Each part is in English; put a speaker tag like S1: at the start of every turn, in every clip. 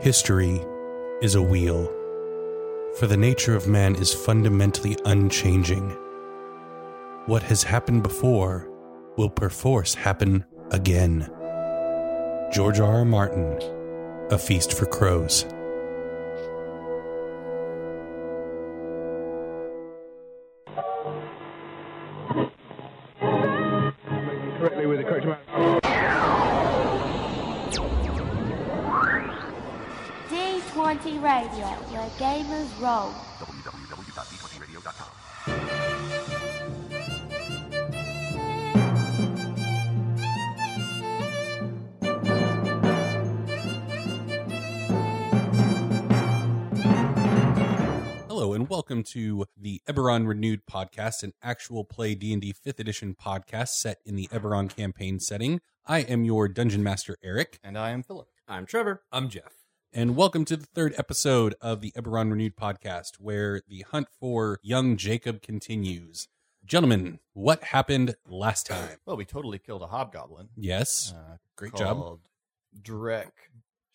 S1: History is a wheel, for the nature of man is fundamentally unchanging. What has happened before will perforce happen again. George R. R. Martin, A Feast for Crows.
S2: correctly with the correct amount.
S3: D20 Radio, where gamers roll.
S1: Hello and welcome to the Eberron Renewed podcast, an actual play D&D 5th edition podcast set in the Eberron campaign setting. I am your dungeon master Eric,
S4: And I am Philip.
S5: I'm Trevor. I'm Jeff.
S1: and welcome to the third episode of the Eberron Renewed podcast where the hunt for young Jacob continues. Gentlemen, what happened last time?
S4: Well, we totally killed a hobgoblin.
S1: Yes,
S4: Uh,
S1: great job.
S4: called Drek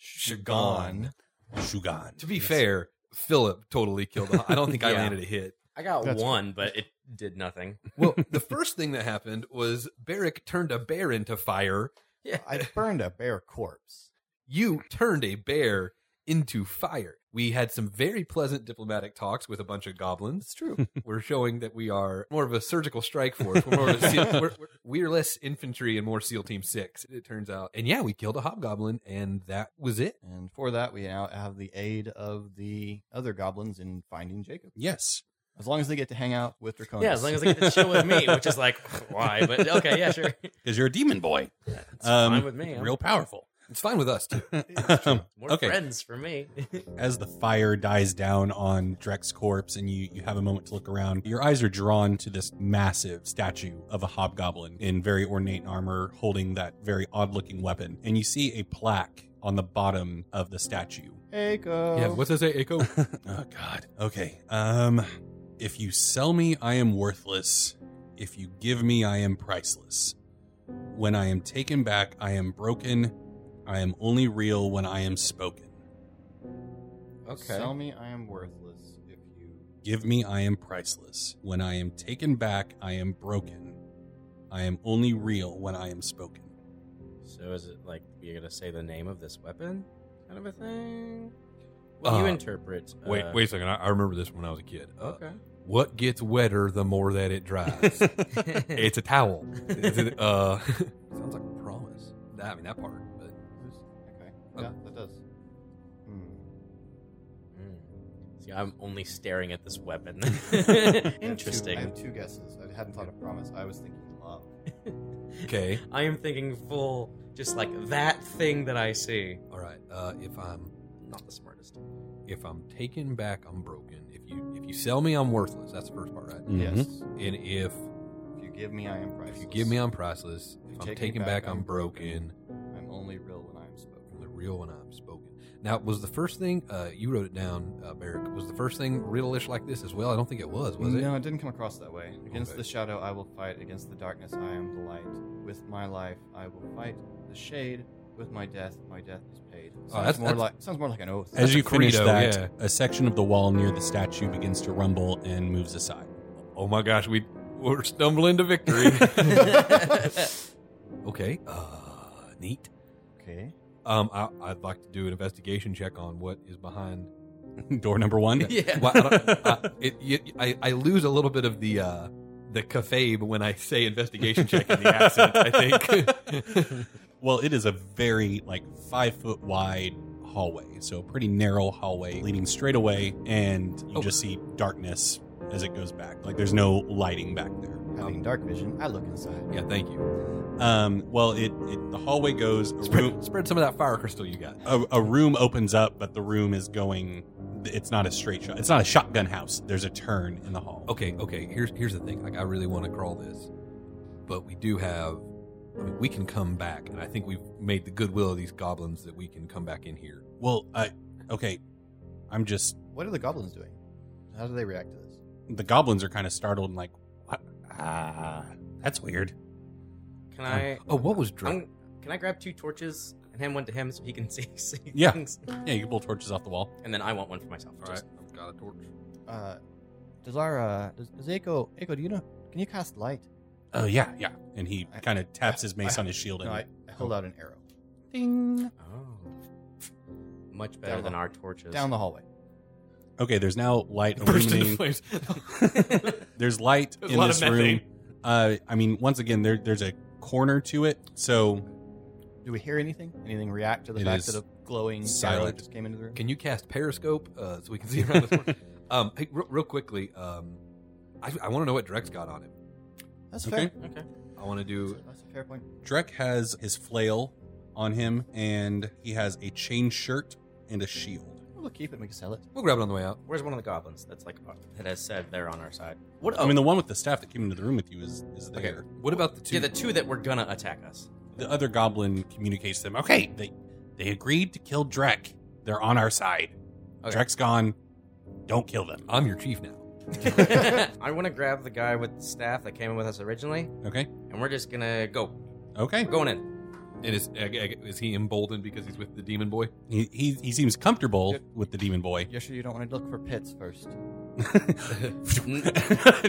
S4: Shagan.
S1: Shugan.
S5: To be fair, Philip totally killed. The, I don't think I
S6: Yeah.
S5: landed a hit.
S6: I got
S4: That's
S6: one, but it did nothing.
S5: Well, the first thing that happened was Barrick turned a bear into fire.
S6: Yeah.
S4: I burned a bear corpse.
S5: You turned a bear into fire. We had some very pleasant diplomatic talks with a bunch of goblins.
S4: It's true.
S5: We're showing that we are more of a surgical strike force. We're, more of a seal, we're, we're, we're less infantry and more SEAL Team Six. It turns out, and yeah, we killed a hobgoblin, and that was it.
S4: and for that, we now have the aid of the other goblins in finding Jacob.
S1: Yes.
S4: As long as they get to hang out with Draconis.
S6: Yeah, as long as they get to chill with me, which is like, why? But okay, yeah, sure. It's
S1: Because you're a demon boy.
S6: fine with me. I'm-
S1: Um, Real powerful.
S5: It's fine with us too.
S1: Um,
S6: More friends for me.
S1: As the fire dies down on Drek's corpse and you, you have a moment to look around, your eyes are drawn to this massive statue of a hobgoblin in very ornate armor holding that very odd looking weapon. And you see a plaque on the bottom of the statue.
S4: Jacob.
S5: Yeah, what's that say, Echo?
S1: Oh god. Okay. Um if you sell me, I am worthless. If you give me, I am priceless. When I am taken back, I am broken. I am only real when I am spoken.
S4: okay. Tell me I am worthless if you.
S1: Give me, I am priceless. When I am taken back, I am broken. I am only real when I am spoken.
S6: so is it like you're gonna say the name of this weapon, kind of a thing? What do you
S5: Uh,
S6: interpret?
S5: Wait,
S6: uh, oh,
S5: wait a second. I, I remember this when I was a kid. Uh,
S6: Okay.
S5: What gets wetter the more that it dries? it's a towel. Is it, uh, sounds like a promise. That- I mean that part. But
S4: Okay.
S5: Uh,
S4: Yeah, that does. Hmm.
S6: Mm. See, I'm only staring at this weapon.
S4: I have two- I
S6: Interesting.
S4: have two guesses. I hadn't thought of promise. I was thinking love.
S5: okay,
S6: I am thinking full, just like that thing that I see.
S5: all right. Uh, if I'm
S6: Not the smartest.
S5: if I'm taken back, I'm broken. If you if you sell me, I'm worthless. That's the first part, right?
S1: Mm-hmm.
S4: Yes.
S5: And if
S4: If you give me, I am priceless.
S5: if you give me, I'm priceless.
S4: If you
S5: If I'm
S4: take me
S5: taken back, I'm
S4: broken.
S5: broken.
S4: I'm only real when I'm spoken.
S5: From the real when I'm spoken. Now, was the first thing uh, you wrote it down, uh, Barrick? Was the first thing riddle-ish like this as well? I don't think it was. Was it?
S4: No, it didn't come across that way. Against
S5: Okay.
S4: the shadow, I will fight. Against the darkness, I am the light. With my life, I will fight. The shade, with my death, my death is paid. Sounds,
S5: that's-
S4: more,
S5: that's-
S4: like, sounds more like an oath.
S1: As
S5: That's
S1: you
S5: a
S1: finish
S5: credo,
S1: that,
S5: yeah.
S1: a section of the wall near the statue begins to rumble and moves aside.
S5: Oh my gosh, we we're stumbling to victory. okay, uh, neat.
S4: okay.
S5: Um, I, I'd like to do an investigation check on what is behind.
S1: Door number one.
S6: yeah.
S5: Well, I, don't- I- it- you- I- I lose a little bit of the uh, the cafe when I say investigation check in the accent. I think.
S1: Well, it is a very like five foot wide hallway, so a pretty narrow hallway leading straight away, and you
S5: Oh.
S1: just see darkness as it goes back. Like there's no lighting back there.
S4: Having dark vision, I look inside.
S5: yeah, thank you.
S1: Um, well, it, it the hallway goes a room,
S5: Spread, spread some of that fire crystal you got.
S1: a, a room opens up, but the room is going. It's not a straight shot. It's not a shotgun house. There's a turn in the hall.
S5: Okay, okay. Here's here's the thing. Like, I really want to crawl this, but we do have. I mean, we can come back, and I think we've made the goodwill of these goblins that we can come back in here.
S1: Well, I okay. I'm just
S4: What are the goblins doing? How do they react to this?
S1: the goblins are kind of startled and like, what? Ah, that's weird.
S6: Can I?
S5: oh, what was Drake?
S6: I'm, can I grab two torches and hand one to him so he can see, see
S1: Yeah.
S6: things.
S1: Yeah, you can pull torches off the wall.
S6: And then I want one for myself.
S5: All right,
S6: just-
S5: I've got a torch.
S4: Uh, Delara, does, does Echo, Echo, do you know? Can you cast light?
S1: Oh yeah, yeah. And he
S4: I-
S1: kind of taps his mace on his shield and
S4: No, I, I hold out an arrow
S1: ding.
S6: Oh. Much better
S4: Down
S6: than
S4: the-
S6: our torches.
S4: down the hallway.
S1: Okay, there's now light
S5: Burst into
S1: illuminating.
S5: flames.
S1: There's light
S5: There's a
S1: in
S5: lot
S1: this
S5: of
S1: room.
S5: methane.
S1: Uh, I mean, once again, there there's a corner to it, so
S4: Do we hear anything? Anything react to the
S1: It
S4: fact
S1: is
S4: that a glowing arrow
S1: silent.
S4: just came into the room?
S5: Can you cast Periscope uh, so we can see around this one? Um, hey, real, real quickly, um, I, I want to know what Drex got on him.
S4: That's
S1: Okay.
S4: fair.
S6: Okay.
S5: I want to
S4: That's
S5: do.
S4: a- That's a fair point.
S1: Drek has his flail on him, and he has a chain shirt and a shield.
S4: We'll keep it. We can sell it.
S5: We'll grab it on the way out.
S6: Where's one of the goblins that's like uh, that has said they're on our side? Oh.
S1: What? I mean, the one with the staff that came into the room with you is is there.
S5: Okay. What about the two?
S6: Yeah, the two that were gonna attack us.
S1: The other goblin communicates to them. Okay, they they agreed to kill Drek. They're on our side.
S5: Okay.
S1: Drek's gone. Don't kill them.
S5: I'm your chief now.
S6: I want to grab the guy with the staff that came in with us originally,
S1: Okay.
S6: and we're just gonna go.
S1: Okay.
S6: We're going in.
S5: And is I- I- is he emboldened because he's with the demon boy?
S1: He, he, he seems comfortable
S4: Good.
S1: with the demon boy.
S4: You're sure you don't want to look for pits first?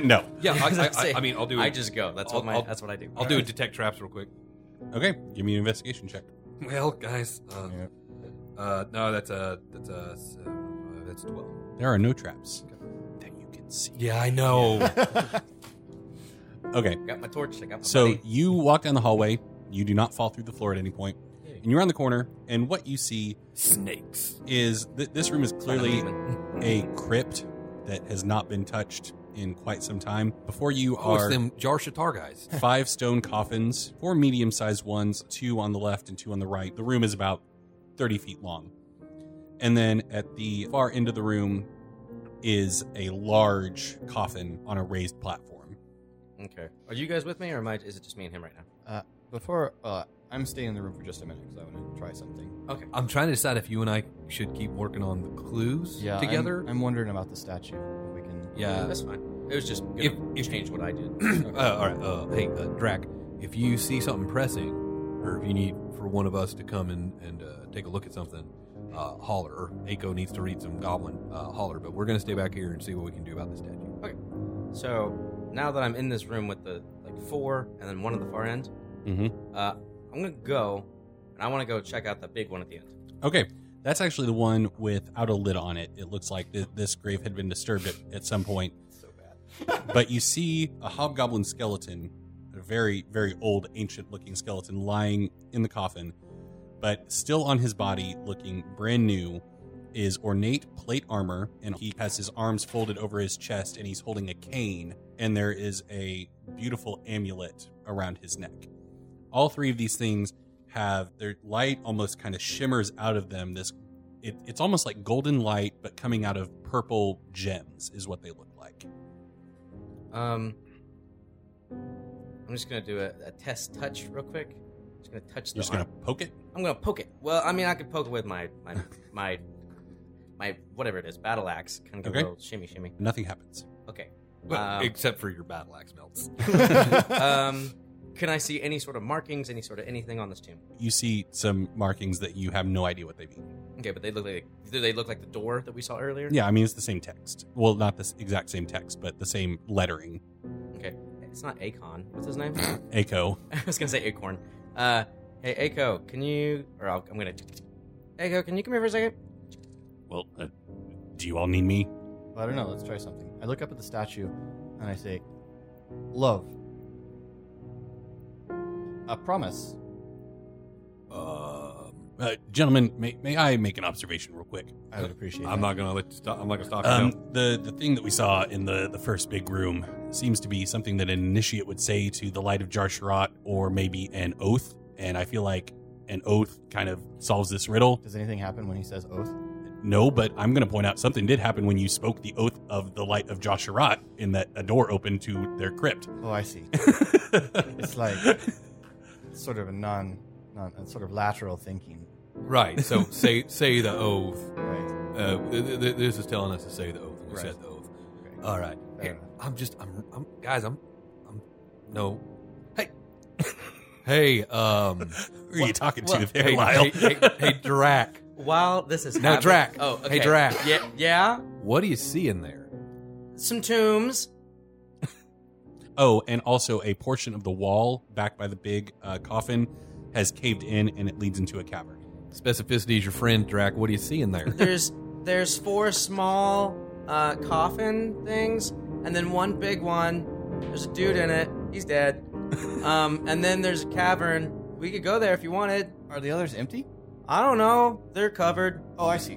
S1: no.
S5: Yeah, I,
S6: Let's
S5: I,
S6: see.
S5: I, I mean, I'll do.
S6: I
S5: it.
S6: just go. That's
S5: I'll-
S6: what my.
S5: I'll-
S6: that's what I do.
S5: I'll do a detect traps real quick.
S1: Okay. Give me an investigation check.
S5: Well, guys, uh,
S4: Yeah.
S5: uh, no, that's a that's a seven, uh, that's twelve.
S1: There are no traps that you can see.
S5: Yeah, I know.
S1: Okay.
S6: I got my torch. I got my.
S1: So
S6: buddy.
S1: you walk down the hallway. You do not fall through the floor at any point. And you're on the corner. And what you see
S5: Snakes.
S1: is that this room is
S6: Find a
S1: clearly
S6: demon.
S1: a crypt that has not been touched in quite some time. Before you
S5: Oh, it's
S1: are
S5: them Jar Shatar guys.
S1: five stone coffins, four medium sized ones, two on the left and two on the right. The room is about 30 feet long. And then at the far end of the room is a large coffin on a raised platform.
S6: Okay. Are you guys with me, or am I? Is it just me and him right now?
S4: Before, uh, I'm staying in the room for just a minute because I want to try something.
S6: Okay.
S5: I'm trying to decide if you and I should keep working on the clues
S4: Yeah. I'm-
S5: together.
S4: I'm, wondering about the statue. If we can.
S5: yeah.
S6: Mm, that's fine. It was just gonna
S5: If- if-
S6: change what I did.
S5: uh, all right. Uh, hey, uh, Drac, if you see something pressing, or if you need for one of us to come and and uh, take a look at something, uh, holler. Or Aiko needs to read some goblin, uh, holler. But we're gonna stay back here and see what we can do about this statue.
S6: So now that I'm in this room with the like four and then one at the far end,
S1: Mhm.
S6: uh, I'm gonna go and I want to go check out the big one at the end.
S1: Okay. That's actually the one without a lid on it. It looks like th- this grave had been disturbed at, at some point.
S6: So bad.
S1: But you see a hobgoblin skeleton, a very, very old, ancient looking skeleton, lying in the coffin. But still on his body, looking brand new, is ornate plate armor. And he has his arms folded over his chest and he's holding a cane. And there is a beautiful amulet around his neck. All three of these things have their light almost kind of shimmers out of them. This it, it's almost like golden light, but coming out of purple gems is what they look like.
S6: Um, I'm just gonna do a, a test touch real quick. Just gonna touch the.
S1: You're just gonna
S6: arm.
S1: poke it.
S6: I'm gonna poke it. Well, I mean, I could poke it with my my my my whatever it is, battle axe. Kind of give
S1: Okay.
S6: a little shimmy, shimmy.
S1: Nothing happens.
S6: Okay.
S5: Well,
S6: Um,
S5: except for your battle axe melts.
S6: um, can I see any sort of markings, any sort of anything on this tomb?
S1: You see some markings that you have no idea what they mean.
S6: Okay, but they look like do they look like the door that we saw earlier?
S1: Yeah, I mean it's the same text. Well, not the s- exact same text, but the same lettering.
S6: It's not Akon. What's his name?
S1: Echo.
S6: I was gonna say Acorn. Uh, hey Aiko, can you? Or I'll, I'm gonna. Aiko, can you come here for a second?
S1: Well, uh, do you all need me?
S4: I don't know. Let's try something. I look up at the statue, and I say, "Love, a promise."
S1: Um, uh, gentlemen, may, may I make an observation real quick?
S4: I would appreciate.
S5: I'm
S4: that.
S5: not gonna let you stop. I'm not gonna stop you.
S1: Um,
S5: now.
S1: the the thing that we saw in the the first big room seems to be something that an initiate would say to the light of Jarsharat, or maybe an oath. And I feel like an oath kind of solves this riddle.
S4: Does anything happen when he says oath?
S1: No, but I'm going to point out something did happen when you spoke the oath of the light of Josharat in that a door opened to their crypt.
S4: Oh, I see.
S1: it's
S4: like- sort of a non, non, a sort of lateral thinking.
S5: Right. So say say the oath.
S4: Right.
S5: Uh, th- th- th- this is telling us to say the oath. We
S4: Right.
S5: said the oath.
S4: Okay.
S5: All right.
S4: Fair enough.
S5: I'm just. I'm. I'm. Guys. I'm. I'm. No. Hey. Hey, um,
S1: Who are you talking to
S6: what-
S1: there,
S5: hey,
S1: Lyle?
S5: hey, hey, hey, Drac,
S6: While this is
S5: Now,
S6: happening-
S5: Drac.
S6: Oh,
S5: Hey,
S6: okay.
S5: Drac.
S6: Yeah, yeah.
S5: what do you see in there?
S6: Some tombs.
S1: Oh, and also a portion of the wall back by the big uh, coffin has caved in and it leads into a cavern.
S5: Specificity is your friend, Drac. What do you see in there?
S6: There's there's four small uh, coffin things, and then one big one. There's a dude in it. He's dead. Um, and then there's a cavern. We could go there if you wanted.
S4: Are the others empty?
S6: I don't know. They're covered.
S4: Oh, I see.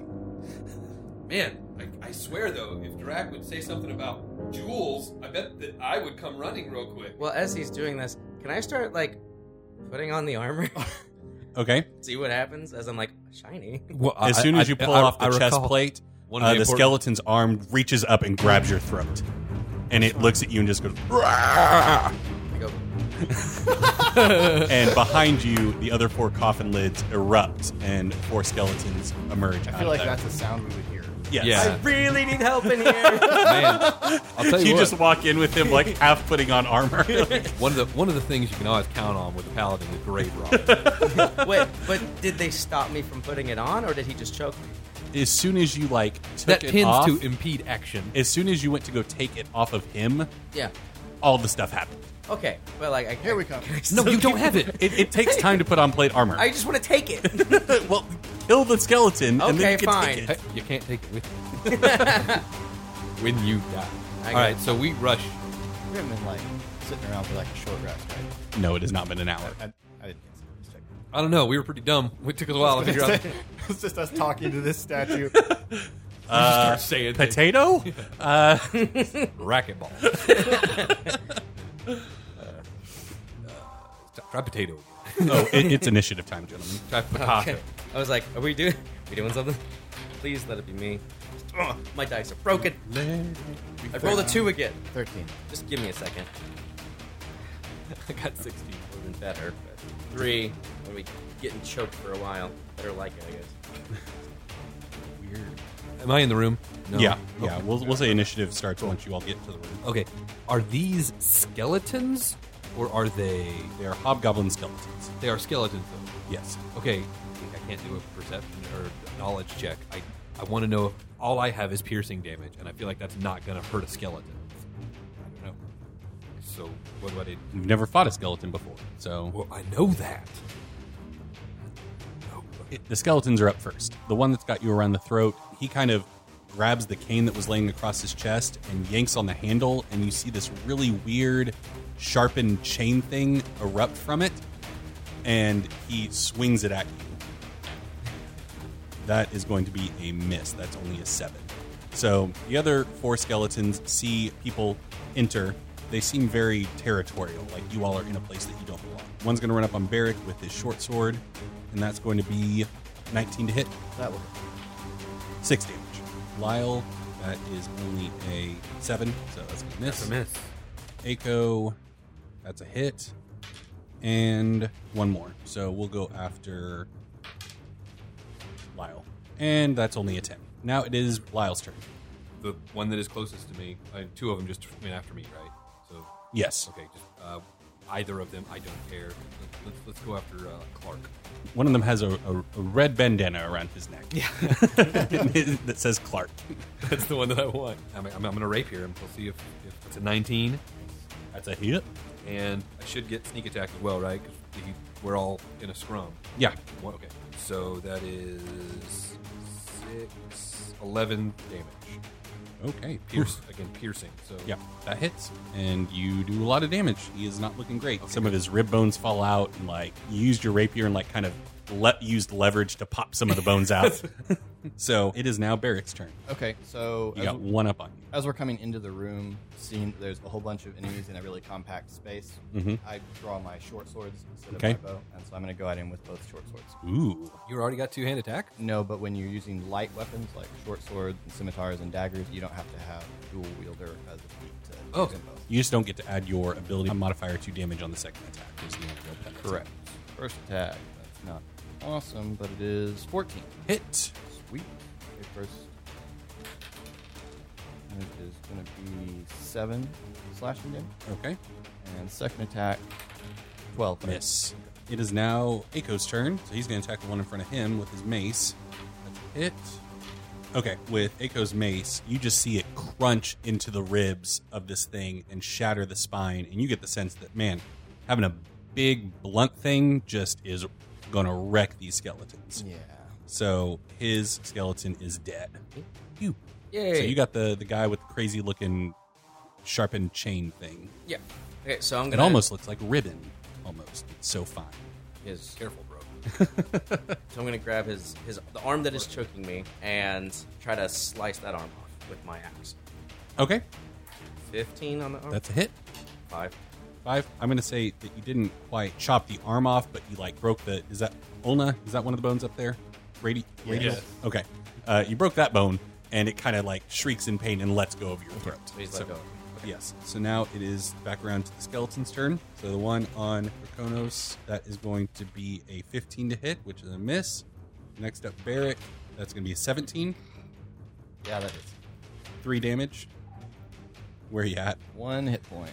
S5: Man, I, I swear though, if Drac would say something about jewels, I bet that I would come running real quick.
S6: Well, as he's doing this, can I start like putting on the armor?
S1: Okay.
S6: See what happens as I'm like shiny.
S5: Well,
S1: As soon as you pull off the chest plate,
S5: one
S1: uh, the skeleton's arm reaches up and grabs your throat. And it looks at you and just goes, "Rah!"
S6: I go.
S1: and behind you, the other four coffin lids erupt and four skeletons emerge.
S4: I
S1: out
S4: feel like
S5: Uh,
S1: of them.
S4: that's a sound we would hear.
S1: Yes.
S5: Yeah.
S6: I really need help in here.
S5: Man, I'll tell you,
S1: You
S5: what,
S1: just walk in with him like half putting on armor.
S5: one of the one of the things you can always count on with a paladin is grave robbing.
S6: Wait, but did they stop me from putting it on, or did he just choke me?
S1: as soon as you like took
S5: that
S1: it
S5: tends
S1: off,
S5: to impede action.
S1: as soon as you went to go take it off of him,
S6: Yeah.
S1: all the stuff happened.
S6: Okay. Well, like I,
S4: Here we come.
S5: no, you don't have it.
S1: It, it takes time to put on plate armor.
S6: I just want to take it.
S1: well, kill the skeleton and then
S6: Okay,
S1: you can
S6: fine.
S1: take
S5: Hey,
S1: it.
S5: You can't take it with you when you die.
S6: I
S5: All
S6: got
S5: right,
S6: it.
S5: so we rush.
S4: We haven't been like sitting around for like a short rest, right?
S1: No, it has not been an hour.
S4: I, I didn't consider this check.
S5: I don't know. We were pretty dumb. It took us a while to figure out.
S4: it's just us talking to this statue.
S5: Start saying things.
S1: Potato? Uh,
S5: racquetball. uh, try potato.
S1: oh, it, it's initiative time, gentlemen.
S5: Try potato.
S6: I was like, are we doing? We doing something? Please let it be me. Ugh, my dice are broken. I rolled a two again.
S4: Thirteen.
S6: Just give me a second.
S5: I got sixteen.
S6: Would have been better. But three. When we getting choked for a while, better like it, I guess.
S5: Weird. Am I in the room? No.
S1: Yeah,
S5: Okay.
S1: yeah. We'll, we'll say initiative starts once you all get to the room.
S5: Okay. Are these skeletons, or are they?
S1: They are hobgoblin skeletons.
S5: They are skeletons. Though.
S1: Yes.
S5: Okay. I think I can't do a perception or a knowledge check. I I want to know if all I have is piercing damage, and I feel like that's not going to hurt a skeleton. I don't know. So what do I do?
S1: You've never fought a skeleton before, so
S5: Well, I know that. No,
S1: it, the skeletons are up first. The one that's got you around the throat, he kind of grabs the cane that was laying across his chest and yanks on the handle, and you see this really weird, sharpened chain thing erupt from it, and he swings it at you. That is going to be a miss. That's only a seven. So the other four skeletons see people enter. They seem very territorial, like you all are in a place that you don't belong. One's going to run up on Barrick with his short sword, and that's going to be 19 to hit,
S4: That will.
S1: six damage. Lyle, that is only a seven, so that's going to miss.
S5: That's a miss.
S1: Aiko, that's a hit. And one more. So we'll go after Lyle. And that's only a 10. Now it is Lyle's turn.
S5: The one that is closest to me, I, two of them just went after me, right? So,
S1: Yes.
S5: okay, just uh, either of them, I don't care. Let's, let's, let's go after uh, Clark.
S1: One of them has a, a, a red bandana around his neck. Yeah. that says Clark.
S5: That's the one that I want. I'm, I'm, I'm going to rape here, and we'll see if, if it's a 19.
S1: That's a hit.
S5: And I should get sneak attack as well, right? Because we're all in a scrum.
S1: Yeah.
S5: One, okay, so that is six, 11 damage.
S1: Okay.
S5: Pierce, again, piercing. So
S1: Yeah, that hits, and you do a lot of damage. He is not looking great. Some of his rib bones fall out, and like you used your rapier and like kind of le- used leverage to pop some of the bones out. so it is now Barrick's turn.
S4: Okay, so
S1: You
S4: as,
S1: got one up on you.
S4: as we're coming into the room, seeing there's a whole bunch of enemies in a really compact space,
S1: Mhm.
S4: I draw my short swords instead
S1: Okay.
S4: of my bow, and so I'm going to go at him with both short swords.
S1: Ooh,
S5: you already got two hand attack?
S4: No, but when you're using light weapons like short swords and scimitars and daggers, you don't have to have dual wielder as a feat to
S5: Oh.
S4: use them both.
S1: you just don't get to add your ability modifier to damage on the second attack. There's no real penalty.
S4: Correct. First attack. That's not awesome, but it is 14.
S1: Hit.
S4: Sweet. Okay, first. Move is going to be 7 slashing damage.
S1: Okay.
S4: And second attack Twelve. right?
S1: Miss. It is now Ako's turn, so he's going to attack the one in front of him with his mace. That's a hit. Okay, with Ako's mace, you just see it crunch into the ribs of this thing and shatter the spine, and you get the sense that, man, having a big blunt thing just is going to wreck these skeletons.
S4: Yeah.
S1: So his skeleton is dead. You.
S6: Yay.
S1: So you got the, the guy with the crazy looking sharpened chain thing.
S6: Yeah. Okay, so I'm
S1: It
S6: gonna
S1: almost looks like ribbon, almost. It's so fine.
S6: his.
S5: Careful, bro.
S6: So I'm gonna grab his his the arm that is choking me and try to slice that arm off with my axe.
S1: Okay,
S6: Fifteen on the arm.
S1: that's a hit.
S6: five.
S1: Five. I'm going to say that you didn't quite chop the arm off, but you like broke the. Is that ulna? Is that one of the bones up there? Radi- Radial.
S4: Yes.
S1: Okay. Uh, you broke that bone, and it kind of like shrieks in pain and lets go of your throat.
S6: Please
S1: So-
S6: let go.
S1: Yes. So now it is back around to the skeleton's turn. So the one on Draconos, that is going to be a 15 to hit, which is a miss. Next up, Barrett. That's going to be a 17,
S4: Yeah, that is
S1: three damage. Where you at?
S4: one hit point.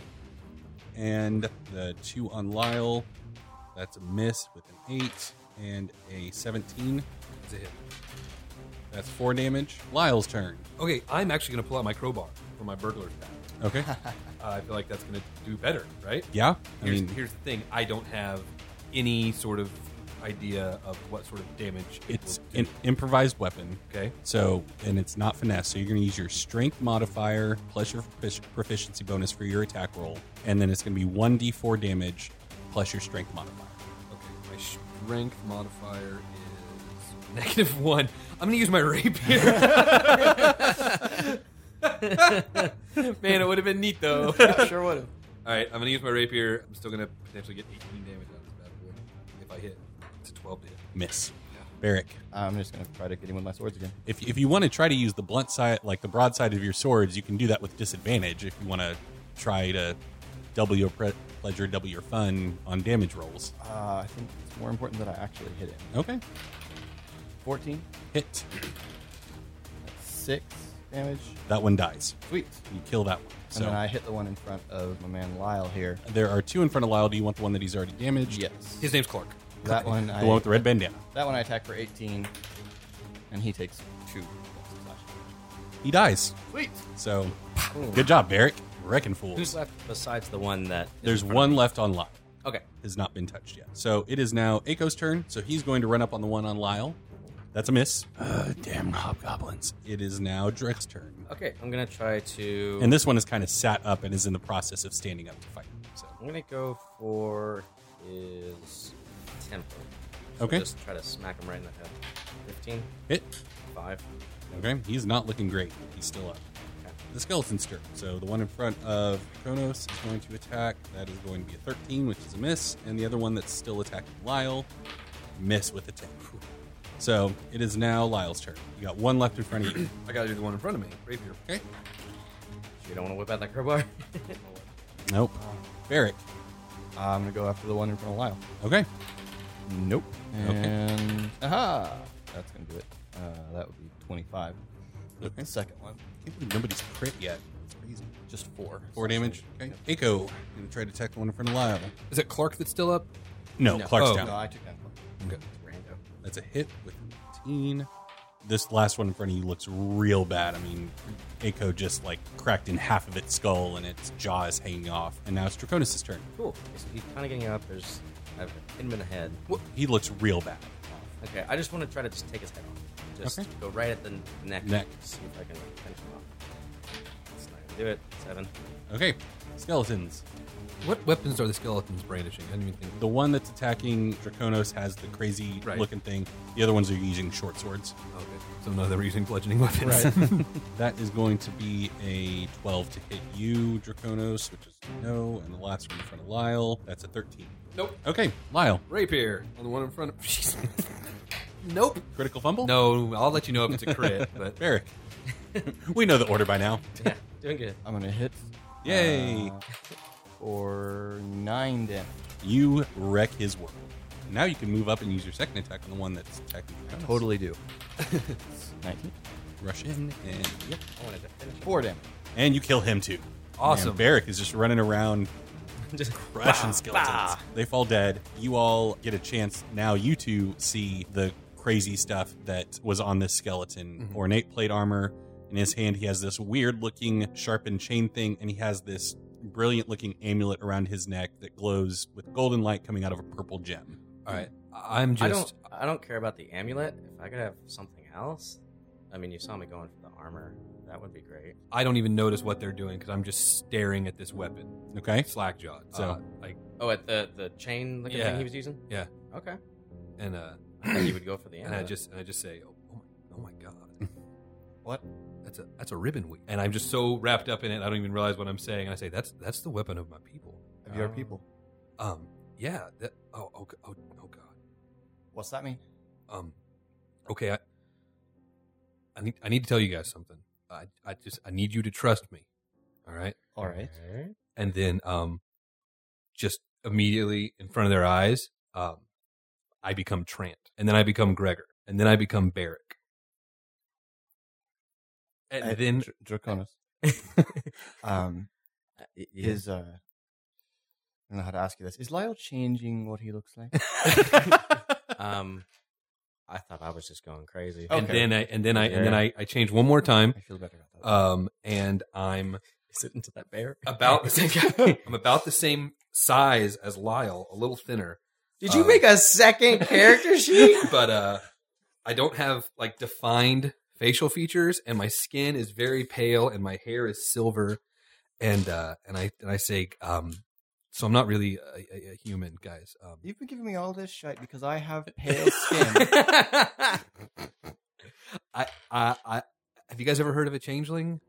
S1: and the two on Lyle. That's a miss with an eight and a 17.
S5: That's a hit.
S1: That's four damage. Lyle's turn.
S5: Okay, I'm actually going to pull out my crowbar for my burglar's pack.
S1: Okay.
S5: Uh, I feel like that's going to do better, right?
S1: Yeah. I
S5: Here's,
S1: mean,
S5: here's the thing: I don't have any sort of idea of what sort of damage it
S1: it's
S5: will
S1: an
S5: do.
S1: improvised weapon.
S5: okay.
S1: So, and it's not finesse. So you're going to use your strength modifier plus your profic- proficiency bonus for your attack roll. And then it's going to be 1d4 damage plus your strength modifier.
S5: Okay, my strength modifier is negative one. I'm gonna use my rapier. Man, it would have been neat though. All
S6: sure would have.
S5: right, I'm gonna use my rapier. I'm still gonna potentially get 18 damage out of this bad boy if I hit. It's a 12 to hit.
S1: Miss. Barrick.
S4: I'm just gonna try to get him with my swords again.
S1: If, if you want to try to use the blunt side, like the broad side of your swords, you can do that with disadvantage if you want to try to double your pre- pleasure, double your fun on damage rolls.
S4: Uh, I think it's more important that I actually hit him.
S1: Okay.
S4: Fourteen.
S1: Hit.
S4: Six damage.
S1: That one dies.
S4: Sweet.
S1: You kill that one.
S4: And then I
S1: So
S4: hit the one in front of my man Lyle here.
S1: there are two in front of Lyle. Do you want the one that he's already damaged?
S4: Yes.
S5: His name's Clark.
S4: that one.
S1: The
S4: I,
S1: one with the red bandana.
S4: That one I attack for 18, and he takes two. points of slashing
S1: He dies.
S4: damage.
S1: So
S4: Cool.
S1: good job, Barrick. Wrecking fools.
S6: Who's left besides the one that? is
S1: There's
S6: in front of
S1: one left on Lyle.
S6: me? Okay.
S1: Has not been touched yet. So it is now Ako's turn. So he's going to run up on the one on Lyle. That's a miss. Uh, damn hobgoblins. It is now Drek's turn.
S6: Okay, I'm gonna try to.
S1: And this one is kind of sat up and is in the process of standing up to fight. So
S6: I'm gonna go for his temple. So
S1: Okay.
S6: Just try to smack him right in the head. Fifteen.
S1: hit.
S6: Five.
S1: Okay, he's not looking great. He's still up.
S6: Okay.
S1: The skeleton's turn. So the one in front of Kronos is going to attack. That is going to be a 13, which is a miss, and the other one that's still attacking Lyle, miss with a 10. So it is now Lyle's turn. You got one left in front of you.
S5: I gotta do the one in front of me. Rapier.
S1: Okay.
S6: You don't want to whip out that crowbar.
S1: Nope. Barrick.
S4: Uh, I'm gonna go after the one in front of Lyle.
S1: Okay.
S4: Nope.
S1: Okay.
S4: And aha, that's gonna do it. Uh, that would be 25. With
S1: Okay.
S4: The second one,
S1: I can't believe nobody's crit yet. It's crazy.
S4: just four.
S1: Four damage. Okay. Echo. Gonna try to attack the one in front of Lyle.
S5: Is it Clark that's still up?
S1: No,
S4: No.
S1: Clark's
S5: Oh.
S1: down.
S4: No, I took that one.
S5: Okay.
S6: Rando.
S1: That's a hit with 18. This last one in front of you looks real bad. I mean, Aiko just like cracked in half of its skull and its jaw is hanging off. And now it's Draconis' turn.
S6: Cool. Okay, so he's kind of getting up. There's. I've hit him in the head.
S1: He looks real bad.
S6: Okay, I just want to try to just take his head off. Just
S1: Okay.
S6: go right at the neck.
S1: Neck.
S6: See if I can pinch him off. That's not gonna do it. Seven.
S1: Okay, skeletons.
S5: What weapons are the skeletons brandishing? I didn't even think.
S1: The one that's attacking Draconos has the crazy
S5: Right.
S1: looking thing. The other ones are using short swords.
S5: Okay. So no, they're using bludgeoning weapons.
S1: That is going to be a 12 to hit you, Draconos, which is a no. And the last one in front of Lyle, that's a 13.
S5: nope.
S1: Okay, Lyle,
S5: Rapier on the one in front of. nope.
S1: critical fumble?
S5: No, I'll let you know if it's a crit, but
S1: Barrick. we know the order by now.
S6: Yeah, doing good.
S4: I'm gonna hit.
S1: Yay.
S4: uh, for nine damage.
S1: You wreck his world. Now you can move up and use your second attack on the one that's attacking you.
S4: Totally do. 19.
S1: Rush in and yep.
S6: I wanted to finish.
S4: Four damage.
S1: And you kill him too.
S5: Awesome.
S1: Man, Barrick is just running around
S6: Just
S1: Crashing skeletons. They fall dead. You all get a chance now. You two see the crazy stuff that was on this skeleton.
S5: Mhm.
S1: Ornate plate armor in his hand. He has this weird looking sharpened chain thing, and he has this brilliant looking amulet around his neck that glows with golden light coming out of a purple gem.
S5: All right. I'm just.
S6: I don't. I don't care about the amulet. If I could have something else, I mean, you saw me going for the armor. That would be great.
S5: I don't even notice what they're doing because I'm just staring at this weapon,
S1: Okay.
S5: slackjawed. So,
S1: So-
S4: Uh-huh.
S5: like,
S6: Oh, at the the chain looking
S5: Yeah.
S6: thing he was using.
S5: Yeah.
S6: Okay.
S5: and uh,
S6: I thought you would go for the
S5: and
S6: amulet.
S5: I just, and I just say, oh, oh my, oh my god,
S4: What?
S5: that's a, that's a ribbon weave, and I'm just so wrapped up in it, I don't even realize what I'm saying. And I say, that's, that's the weapon of my people.
S4: Of your
S6: Um,
S4: people.
S5: Um, yeah. That, oh, oh, oh, oh god.
S4: What's that mean?
S5: um okay i i need i need to tell you guys something i i just i need you to trust me all right
S4: All right.
S5: and then um just immediately in front of their eyes um i become trant and then i become gregor and then i become barrack and
S4: Uh,
S5: then
S4: Dr- Draconis. um,
S6: Uh, y- yeah.
S4: is uh, I don't know how to ask you this. Is Lyle changing what he looks like?
S6: um, I thought I was just going crazy.
S5: and
S4: Okay.
S5: then i and then i and then i i change one more time
S4: I feel better about that.
S5: um and i'm
S6: Is it into that bear?
S5: about the same I'm about the same size as Lyle, a little thinner,
S6: Did
S5: Uh,
S6: you make a second character sheet?
S5: but uh I don't have like defined facial features and my skin is very pale and my hair is silver and uh and I and I say um so I'm not really a, a, a human, guys. Um
S4: You've been giving me all this shit because I have pale skin.
S5: I, I I have you guys ever heard of a changeling?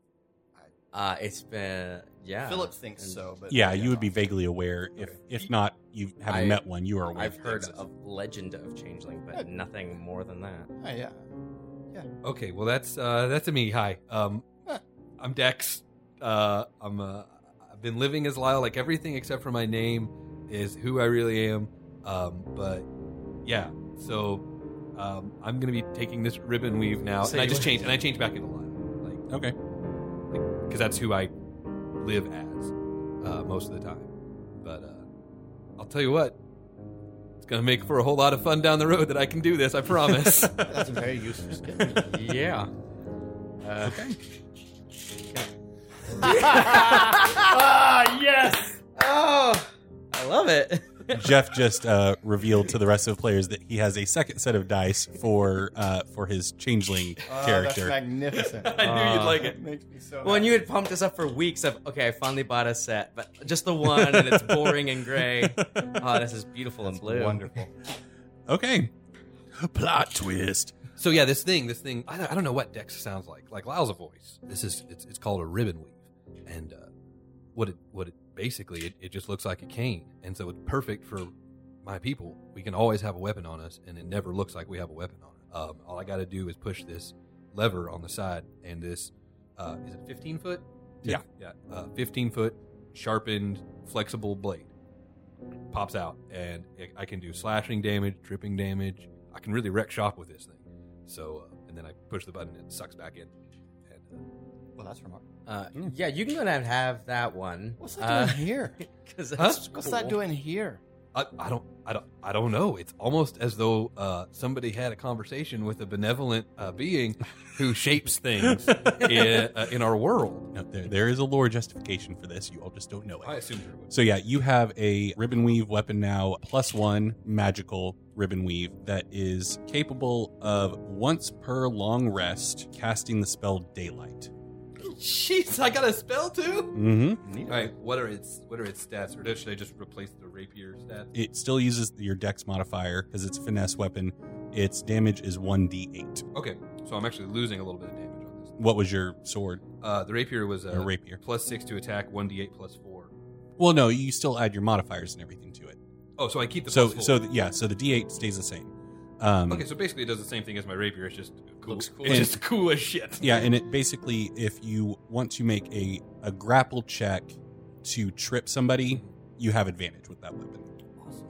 S6: Uh, it's been yeah.
S4: Philip thinks
S6: And
S4: so, but
S1: Yeah, you would be vaguely aware if
S4: Okay.
S1: if not you haven't
S6: I-
S1: met one. You are aware.
S6: I've
S1: that
S6: heard
S1: they exist.
S6: of legend of changeling, but nothing more than that.
S4: Oh, yeah.
S5: Okay, well that's uh that's a me. Hi. Um I'm Dex. Uh I'm uh I've been living as Lyle, like everything except for my name is who I really am. Um but yeah, so um I'm gonna be taking this ribbon weave now
S6: So
S5: and I
S6: you-
S5: just change and I change back into Lyle. Like
S1: Okay.
S5: because that's who I live as uh, most of the time. But uh, I'll tell you what, it's gonna make for a whole lot of fun down the road that I can do this. I promise.
S4: That's a very useful skin.
S6: yeah. Uh,
S4: ah, yes!
S6: oh, I love it.
S1: Jeff just uh, revealed to the rest of the players that he has a second set of dice for uh, for his changeling character.
S4: Oh, Ah, That's magnificent.
S5: I knew you'd like it.
S4: it makes me so
S6: Well, and
S4: happy.
S6: you had pumped us up for weeks of okay, I finally bought a set, but just the one, and it's boring and gray. Oh, this is beautiful and blue.
S4: Wonderful.
S1: okay. Plot twist.
S5: So yeah, this thing, this thing, I, don't- I don't know what Dex sounds like. Like Lyle's a voice. This is it's, it's called a ribbon weave, and uh, what it what it basically it, it just looks like a cane, and so it's perfect for my people. We can always have a weapon on us, and it never looks like we have a weapon on it. Um, all I got to do is push this lever on the side, and this uh, is it fifteen foot?
S1: Yeah.
S5: yeah, uh, fifteen foot sharpened flexible blade pops out, and it, I can do slashing damage, dripping damage. I can really wreck shop with this thing. So, uh, and then I push the button, and it sucks back in. And,
S4: Well, that's remarkable.
S6: Uh,
S7: Hmm.
S6: yeah, you can go ahead and have that one.
S4: What's that
S6: Uh,
S4: doing here?
S6: 'cause
S5: Huh?
S6: that's
S4: What's
S6: cool.
S4: that doing here?
S5: uh, I, I don't, I don't, I don't know. It's almost as though uh, somebody had a conversation with a benevolent uh, being who shapes things in, uh, in our world.
S1: No, there, there is a lore justification for this. You all just don't know it.
S5: I assume there was.
S1: So yeah, you have a ribbon weave weapon now, plus one magical ribbon weave that is capable of once per long rest casting the spell daylight.
S5: Jeez, I got a spell too.
S1: Mm-hmm.
S5: All right, what are its what are its stats, or should I just replace the rapier stats?
S1: It still uses your dex modifier because it's a finesse weapon. Its damage is one d eight.
S5: Okay, so I'm actually losing a little bit of damage on this.
S1: What was your sword
S5: Uh, the rapier was uh,
S1: or rapier?
S5: plus six to attack, one d8 plus four.
S1: Well, no, you still add your modifiers and everything to it.
S5: Oh, so I keep the
S1: so,
S5: plus four.
S1: so th- yeah, so the D8 stays the same. Um,
S5: okay, so basically it does the same thing as my rapier. It's just cool.
S6: Looks cool.
S5: It's just cool as shit.
S1: Yeah, and it basically, if you want to make a a grapple check to trip
S4: Mm-hmm.
S1: somebody, you have advantage with that weapon.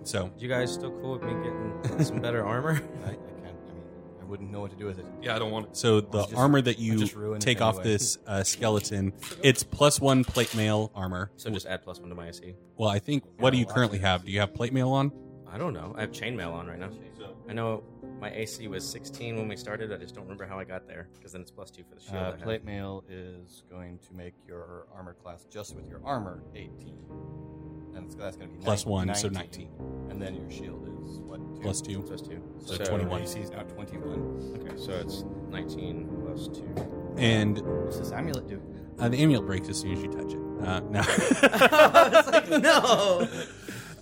S1: So
S6: You guys still cool with me getting some better armor?
S4: I, I can't. I mean, I wouldn't know what to do with it.
S5: Yeah, I don't want it.
S1: So the
S4: I'll just-
S1: armor that
S4: I'll
S1: you
S4: just ruin it
S1: take off
S4: anyway.
S1: this uh, skeleton, it's plus one plate mail armor.
S7: So just add plus one to my AC.
S1: Well, I think. What do you
S4: well,
S1: currently
S4: actually-
S1: have? Do you have plate mail on?
S7: I don't know. I have chainmail on right now. I know my AC was 16 when we started. I just don't remember how I got there because then it's plus two for the shield. I
S4: Uh,
S7: have.
S4: plate mail is going to make your armor class just with your armor 18. And it's, that's going to be
S1: Plus
S4: nine-
S1: one, so 19.
S4: And then your shield is what? Two?
S1: Plus two.
S7: Plus two.
S1: So
S4: So
S1: 21.
S4: AC is now 21.
S7: Okay, so it's 19 plus two.
S1: And
S4: What's this amulet do?
S1: uh, the amulet breaks as soon as you touch it. Uh, now,
S6: it's like, no.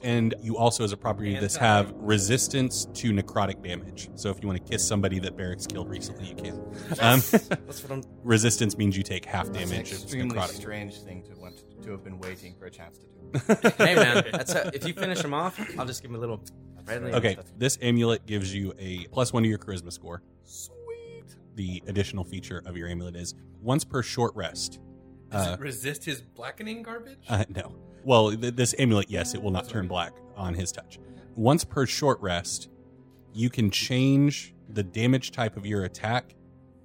S1: and you also, as a property
S4: And
S1: of this,
S4: it's not
S1: have resistance to necrotic damage. So if you want to kiss somebody that Barracks killed recently, you can. Um,
S7: That's what I'm.
S1: resistance means you take half
S4: That's an
S1: damage. if it's
S4: extremely
S1: necrotic.
S4: strange thing to want to, to have been waiting for a chance to do.
S6: hey,
S7: man,
S6: That's how, if you finish him off, I'll just give him a little. Right in the-
S1: Okay, this amulet gives you a plus one to your charisma score.
S4: Sweet.
S1: The additional feature of your amulet is once per short rest.
S5: Does
S1: Uh,
S5: it resist his blackening garbage?
S1: Uh, no. Well, th- this amulet, yes, it will not turn black on his touch. Once per short rest, you can change the damage type of your attack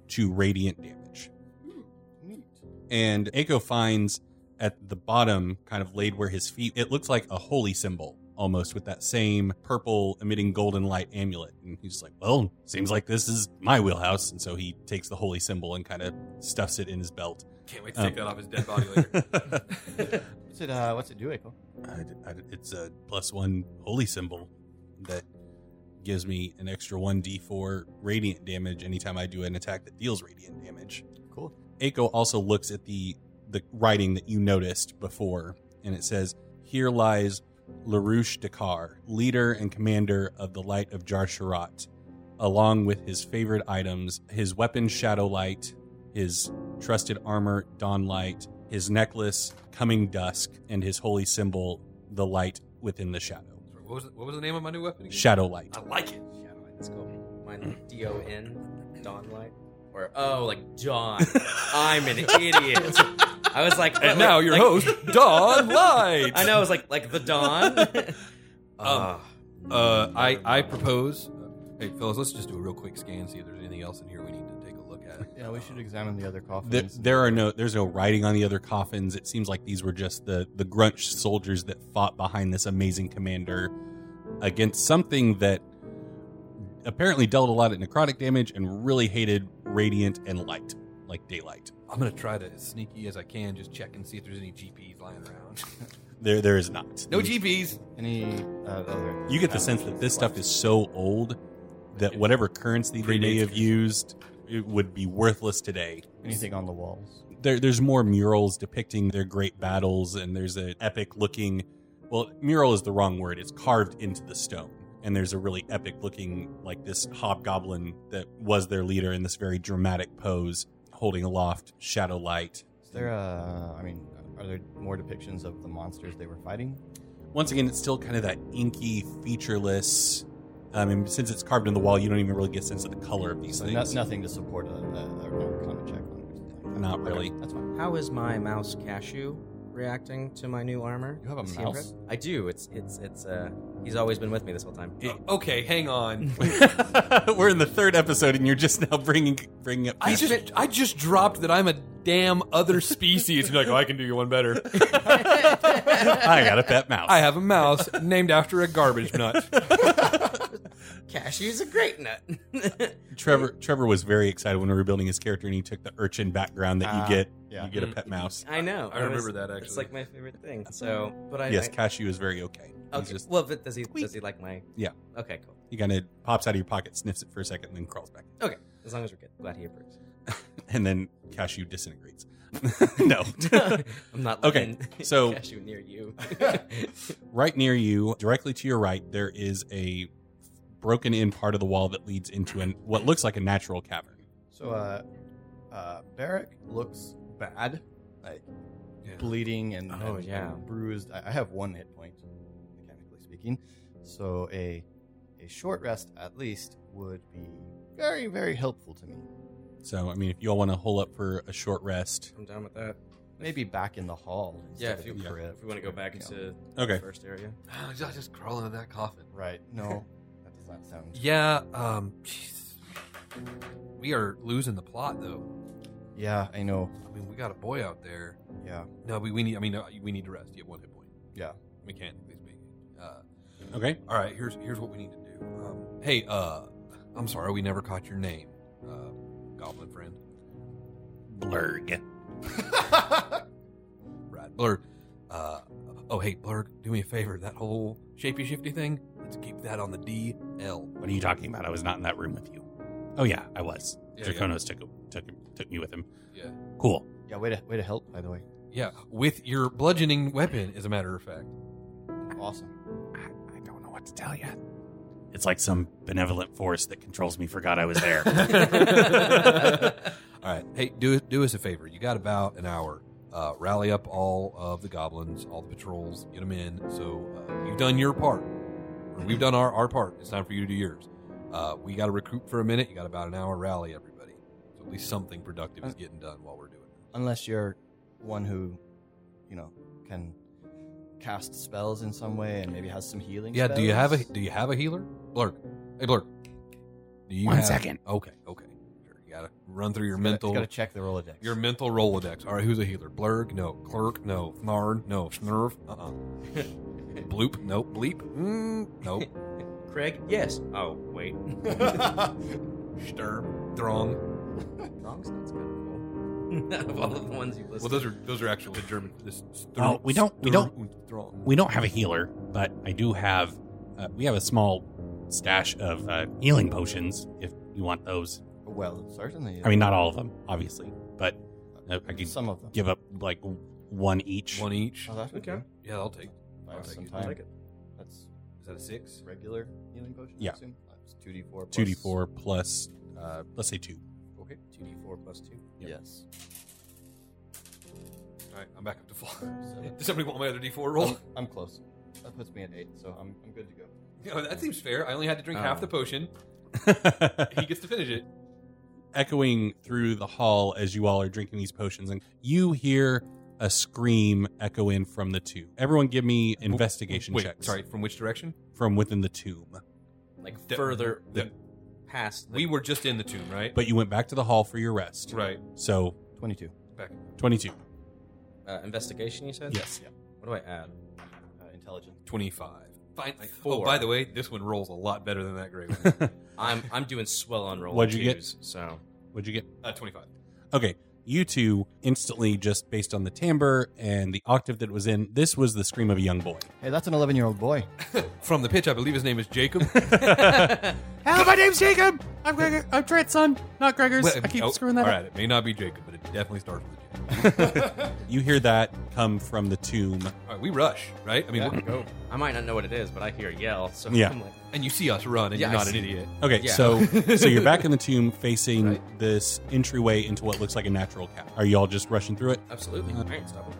S1: to radiant damage.
S4: Neat.
S1: And Aiko finds at the bottom, kind of laid where his feet, it looks like a holy symbol almost with that same purple emitting golden light amulet. And he's like, well, seems like this is my wheelhouse. And so he takes the holy symbol and kind of stuffs it in his belt.
S5: Can't wait to take
S1: Um.
S5: that off his dead body later.
S4: What's it? Uh, what's it do, Echo?
S1: I, I, it's a plus one holy symbol that gives me an extra 1d4 radiant damage anytime I do an attack that deals radiant damage.
S4: Cool.
S1: Aiko also looks at the, the writing that you noticed before, and it says, Here lies Larouche Dakar, leader and commander of the Light of Jarsharat, along with his favorite items, his weapon Shadow Light, his trusted armor Dawn Light, his necklace Coming Dusk, and his holy symbol, the light within the shadow.
S5: what, was the, what was the name of my new weapon? Again?
S1: Shadow Light.
S5: I like it.
S7: Let's go. Mine D O N Dawn Light or oh like John. I'm an idiot. I was like,
S5: And
S7: like-
S5: now your
S7: like-
S5: host, Don Light.
S7: I know. I was like like the Dawn. Ah.
S5: Uh, I I propose. uh, Hey fellas, let's just do a real quick scan, see if there's anything else in here we need to take a look at.
S4: Yeah, we should examine the other
S1: There,
S4: coffins.
S1: there are no, there's no writing on the other coffins. It seems like these were just the the grunch soldiers that fought behind this amazing commander against something that apparently dealt a lot of necrotic damage and really hated radiant and light, like daylight.
S5: I'm gonna try to as sneaky as I can, just check and see if there's any GPS lying around.
S1: There, there is not.
S5: no GPS.
S4: Any uh, other?
S1: You get the sense that this stuff is so old that whatever currency they may have used it would be worthless today.
S4: anything on the walls.
S1: there, there's more murals depicting their great battles, and there's an epic looking. Well, mural is the wrong word. It's carved into the stone, and there's a really epic looking like this hobgoblin that was their leader in this very dramatic pose, holding aloft shadow light.
S4: Is there? Uh, I mean, are there more depictions of the monsters they were fighting?
S1: Once again, it's still kind of that inky, featureless. Um, and since it's carved in the wall, you don't even really get a sense of the color of these
S4: So
S1: things.
S4: no, nothing to support a, a, a common check on. or something like that.
S1: Not
S4: Okay,
S1: really.
S4: That's fine.
S6: How is my mouse cashew reacting to my new armor?
S4: You have a
S6: Is he
S4: mouse?
S6: impressed?
S7: I do. It's it's it's. Uh, he's always been with me this whole time.
S5: okay, hang on.
S1: We're in the third episode, and you're just now bringing bringing up.
S5: I just I just dropped that I'm a damn other species. You're like, oh, I can do you one better.
S1: I got a pet mouse.
S5: I have a mouse named after a garbage nut.
S6: Cashew's a great nut.
S1: Trevor Trevor was very excited when we were building his character, and he took the urchin background that
S4: Ah,
S1: you get.
S4: yeah.
S1: You get a
S5: Mm.
S1: pet mouse.
S6: I know.
S5: I remember
S6: was-
S5: that
S6: It's
S5: actually.
S6: like my favorite thing. So, but I
S1: yes,
S6: I,
S1: Cashew is very okay. He
S6: okay.
S1: just
S6: well, but does he does he like my?
S1: Yeah.
S6: Okay, cool.
S1: he kind of pops out of your pocket, sniffs it for a second, and then crawls back.
S6: Okay, as long as we're good. Glad he approves.
S1: And then Cashew disintegrates. no.
S6: I'm not
S1: Okay,
S6: letting
S1: so-
S6: cashew near you.
S1: right near you, directly to your right, there is a broken in part of the wall that leads into an what looks like a natural cavern.
S4: So, uh, uh, Barrack looks bad, like
S5: Yeah.
S4: bleeding and,
S7: Oh,
S4: and-
S7: yeah.
S4: and bruised. I, I have one hit point, mechanically speaking. So a a short rest at least would be very very helpful to me.
S1: So, I mean, if you all want to hole up for a short rest,
S7: I'm down with that.
S4: Maybe back in the hall.
S7: Yeah,
S4: instead
S7: if you
S4: of the
S7: if we want to go back
S4: Yeah.
S7: to
S1: okay.
S7: the first area.
S5: I just crawl into that coffin.
S4: right. No, that does not sound.
S5: Yeah. Um. jeez. We are losing the plot, though.
S4: Yeah, I know.
S5: I mean, we got a boy out there.
S4: Yeah.
S5: No, we, we need. I mean, uh, we need to rest. You have one hit point.
S4: Yeah.
S5: mechanically speaking. Uh,
S1: Okay.
S5: all right, here's here's what we need to do. Um, hey, uh, I'm sorry, we never caught your name, uh, Goblin friend.
S1: Blurg.
S5: Right, Blurg. Uh, oh, hey, Blurg, do me a favor. That whole shapey shifty thing. Let's keep that on the DL.
S1: What are you talking about? I was not in that room with you. Oh yeah, I was.
S5: Yeah,
S1: Draconos took took him, took me with him.
S5: Yeah.
S1: Cool.
S4: yeah, way to way to help, by the way.
S5: Yeah, with your bludgeoning weapon, as a matter of fact.
S4: Awesome.
S1: I, I don't know what to tell you. It's like some benevolent force that controls me forgot I was there.
S5: all right, hey, do do us a favor. You got about an hour. Uh, rally up all of the goblins, all the patrols, get them in. So uh, you've done your part. Or We've done our, our part. It's time for you to do yours. Uh, we got to recruit for a minute. You got about an hour. Rally everybody. So at least something productive is getting done while we're doing it.
S4: Unless you're one who, you know, can cast spells in some way and maybe has some healing.
S5: Yeah. Do you have a
S4: spells.
S5: Do you have a healer, Blurk? Hey, Blurk. Do you
S1: One
S5: have-
S1: second.
S5: Okay. Okay. Sure. You got to run through your
S4: Gotta-
S5: mental.
S4: Gotta check the Rolodex.
S5: Your mental Rolodex. All right, who's a healer? Blurg? No. Clerk? No. Thnarn? No. Snurv? Uh uh Bloop? No. Bleep? Mm, no.
S7: Craig? Yes. Oh, wait.
S5: Sturb? Throng?
S7: Wrong sounds kind of cool. of all of the ones you
S5: Well,
S7: listed.
S5: those are those are actually German. This
S4: Oh,
S1: Well, we don't- we
S5: Sturm
S1: don't-
S5: und Throng.
S1: we don't have a healer, but I do have. Uh, we have a small stash of uh, healing potions if you want those.
S4: well, certainly.
S1: I mean, not all of them, obviously, but uh, I could
S4: some of them.
S1: give up like one each.
S5: One each.
S4: Oh, that would
S7: Okay.
S4: do.
S5: Yeah, I'll take.
S4: Buy
S5: I'll
S4: us
S5: take
S4: some
S5: it.
S4: time.
S5: I'll take
S4: That's
S5: Is that a six?
S4: regular healing potion.
S1: Yeah.
S4: It's two D four.
S1: two d four plus, uh, let's say two.
S4: Okay.
S7: Two D four plus two.
S1: Yep.
S4: Yes.
S5: All right, I'm back up to four.
S4: Seven.
S5: Does somebody want my other D4 roll?
S4: I'm, I'm close. That puts me at eight, so I'm, I'm good to go.
S5: yeah, that seems fair. I only had to
S4: Oh.
S5: drink half the potion. He gets to finish it.
S1: Echoing through the hall as you all are drinking these potions, and you hear a scream echo in from the tomb. Everyone, give me investigation
S5: Wait,
S1: checks.
S5: sorry, from which direction?
S1: from within the tomb.
S7: Like
S5: The-
S7: further
S1: the-
S7: past. The,
S5: We were just in the tomb, right?
S1: But you went back to the hall for your rest.
S5: right.
S1: So
S4: Twenty two.
S5: Back.
S1: twenty-two.
S7: uh, investigation. You said.
S1: Yes.
S7: What do I add?
S4: Uh, intelligent.
S5: 25. Fine. Oh,
S7: Four.
S5: by the way, this one rolls a lot better than that gray one.
S7: I'm I'm doing swell on roll.
S1: What'd you get?
S7: twos, So
S1: What'd you get?
S5: uh, 25.
S1: Okay. You two instantly, just based on the timbre and the octave that it was in, this was the scream of a young boy.
S4: Hey, that's an eleven year old boy.
S5: From the pitch, I believe his name is Jacob.
S1: Help! My name's Jacob. I'm Gregor. I'm Trent's son, not Gregor's.
S5: Well,
S1: I keep
S5: oh,
S1: screwing that
S5: All
S1: up.
S5: right, it may not be Jacob, but it definitely starts with a J.
S1: You hear that come from the tomb.
S5: All right, we rush, right? I mean,
S4: Yeah,
S5: we're-
S4: go.
S7: I might not know what it is, but I hear a yell. So
S1: Yeah.
S7: I'm like,
S5: and you see us run, and
S7: Yeah,
S5: you're
S7: I
S5: not an
S7: see.
S5: idiot.
S1: Okay,
S7: Yeah.
S1: so so you're back in the tomb, facing this entryway into what looks like a natural cavern. Are you all just rushing through it?
S7: absolutely. I ain't stopping.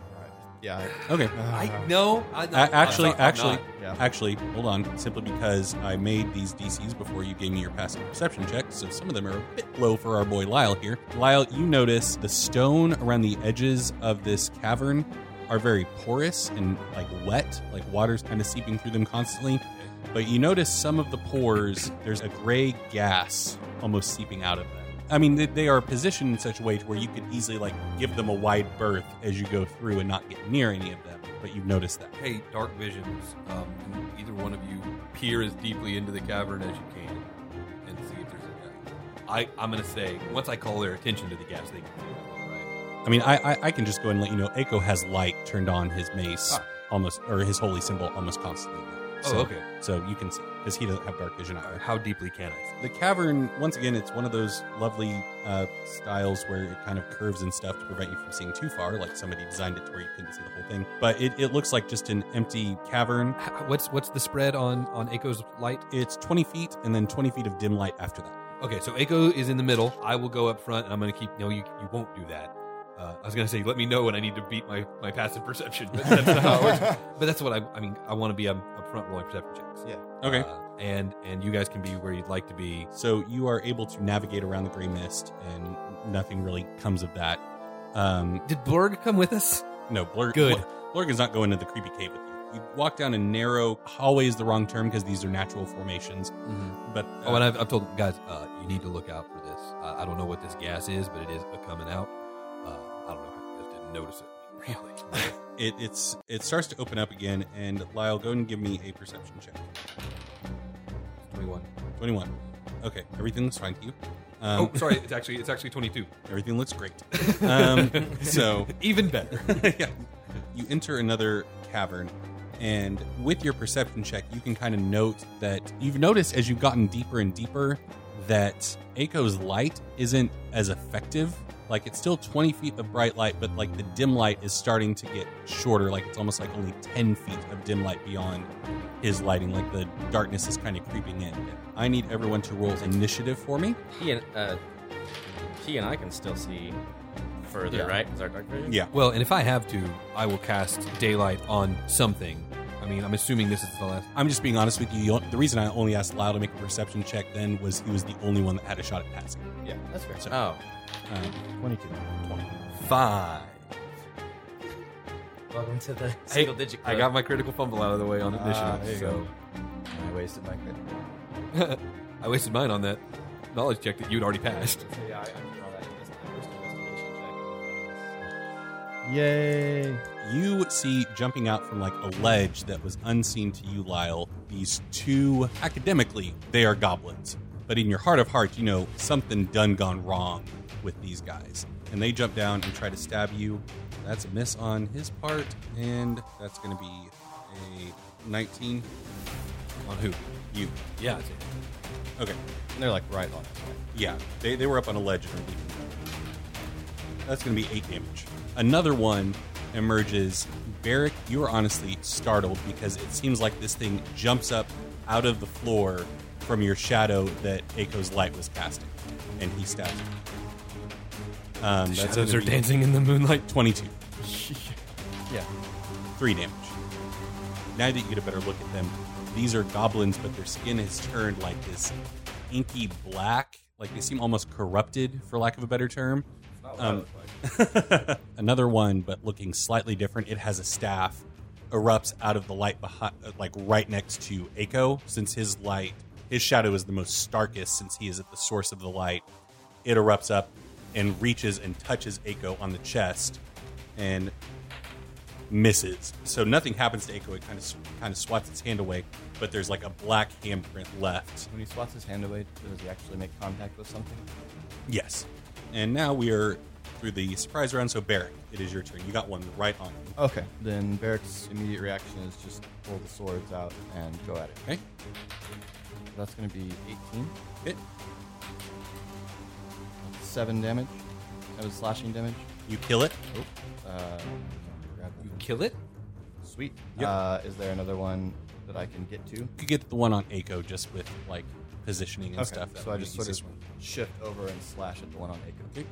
S4: Yeah. I-
S1: Okay.
S5: I no, I,
S1: A- actually,
S5: I'm not- I'm
S1: actually,
S5: not.
S4: Yeah.
S1: actually, hold on. Simply because I made these DCs before you gave me your passive perception check, so some of them are a bit low for our boy Lyle here. Lyle, you notice the stone around the edges of this cavern are very porous and like wet, like water's kind of seeping through them constantly. But you notice some of the pores, there's a gray gas almost seeping out of them. I mean, they, they are positioned in such a way to where you could easily like give them a wide berth as you go through and not get near any of them. But you've noticed that.
S5: Hey, dark visions. Um, can either one of you peer as deeply into the cavern as you can, and see if there's a gap. I I'm gonna say once I call their attention to the gaps, they can figure it out, right?
S1: I mean, I, I I can just go ahead and let you know. Eiko has light turned on his mace
S5: Ah.
S1: almost, or his holy symbol almost constantly. now.
S5: Oh,
S1: so,
S5: okay.
S1: So you can see because he doesn't have dark vision
S5: All
S1: either.
S5: right, uh, how deeply can I? see?
S1: The cavern, once again, it's one of those lovely uh, styles where it kind of curves and stuff to prevent you from seeing too far. Like somebody designed it to where you couldn't see the whole thing. But it, it looks like just an empty cavern.
S5: H- What's what's the spread on on Echo's light?
S1: It's 20 feet and then 20 feet of dim light after that.
S5: Okay, so Echo is in the middle. I will go up front, and I'm going to keep. No, you you won't do that. Uh, I was going to say, let me know when I need to beat my my passive perception, but that's not how it works. But that's what I I mean. I want to be um, up, up front rolling perception checks.
S4: Yeah.
S1: Okay.
S5: Uh, and and you guys can be where you'd like to be.
S1: So you are able to navigate around the gray mist and nothing really comes of that. Um,
S5: Did Blurg come with us?
S1: No, Blurg.
S5: Good.
S1: Blurg is not going to the creepy cave with you. You walk down a narrow hallway is the wrong term because these are natural formations. But uh,
S5: Mm-hmm. Oh, and I've, I've told them, guys, uh, you need to look out for this. I, I don't know what this gas is, but it is coming out. Uh, I don't know. I just didn't notice it. Really?
S1: It it's it starts to open up again, and Lyle, go and give me a perception check.
S5: Twenty-one.
S1: Twenty one. Okay, everything looks fine to you. Um,
S5: Oh, sorry. It's actually it's actually twenty-two.
S1: Everything looks great. Um, so
S5: Even better.
S1: yeah. You enter another cavern, and with your perception check, you can kind of note that you've noticed as you've gotten deeper and deeper that Ako's light isn't as effective. Like it's still 20 feet of bright light, but like the dim light is starting to get shorter. Like it's almost like only 10 feet of dim light beyond his lighting. Like the darkness is kind of creeping in. I need everyone to roll initiative for me.
S7: He and uh, he and I can still see further,
S1: Yeah.
S7: right? Is our dark vision?
S1: Yeah.
S5: Well, and if I have to, I will cast daylight on something. I mean, I'm assuming this is the last.
S1: I'm just being honest with you. you. The reason I only asked Lyle to make a perception check then was he was the only one that had a shot at passing.
S4: Yeah, that's fair.
S1: So,
S7: Oh,
S1: um,
S4: 22.
S5: Five.
S7: welcome to the single digit.
S5: I got my critical fumble out of the way on
S4: Ah, there you
S5: initiative,
S4: I wasted my crit.
S5: so I wasted mine on that knowledge check that you'd already passed.
S7: Yeah, I, I can draw that as my first investigation check.
S4: Yay.
S1: you see jumping out from like a ledge that was unseen to you, Lyle, these two, academically, they are goblins. But in your heart of hearts, you know something done gone wrong with these guys. And they jump down and try to stab you. That's a miss on his part, and that's going to be a 19
S5: On who?
S1: you.
S5: Yeah. it's-
S1: Okay.
S4: And they're like right on us. Right?
S1: Yeah, they, they were up on a ledge. and everything. That's going to be eight damage. Another one emerges. Barrick, you are honestly startled because it seems like this thing jumps up out of the floor from your shadow that Ako's light was casting, and he stabs it. Um, that's
S5: Shadows
S1: gonna
S5: are
S1: be
S5: dancing in the moonlight.
S1: 22.
S4: Yeah.
S1: Three damage. Now that you get a better look at them, these are goblins, but their skin has turned like this inky black. Like they seem almost corrupted, for lack of a better term. Um, another one, but looking slightly different. It has a staff, erupts out of the light behind, like right next to Aiko, since his light, his shadow is the most starkest, since he is at the source of the light. It erupts up and reaches and touches Aiko on the chest, and misses. So nothing happens to Aiko. It kind of kind of swats its hand away, but there's like a black handprint left.
S4: When he swats his hand away, does he actually make contact with something?
S1: Yes. And now we are through the surprise round. So Barrick, it is your turn. You got one right on you.
S4: Okay. Then Barrick's immediate reaction is just pull the swords out and go at it.
S1: Okay.
S4: That's going to be 18.
S1: Hit.
S4: 7 damage. That was slashing damage.
S1: You kill it.
S4: Oh. Uh, grab
S5: You
S4: that.
S5: kill it.
S4: Sweet.
S1: Yep.
S4: Uh, is there another one that I can get to?
S1: You could get the one on Aiko just with like positioning and stuff. That
S4: So
S1: would
S4: I
S1: be
S4: just sort
S1: easiest
S4: of
S1: one.
S4: shift over and slash at the one on Aiko.
S1: Okay.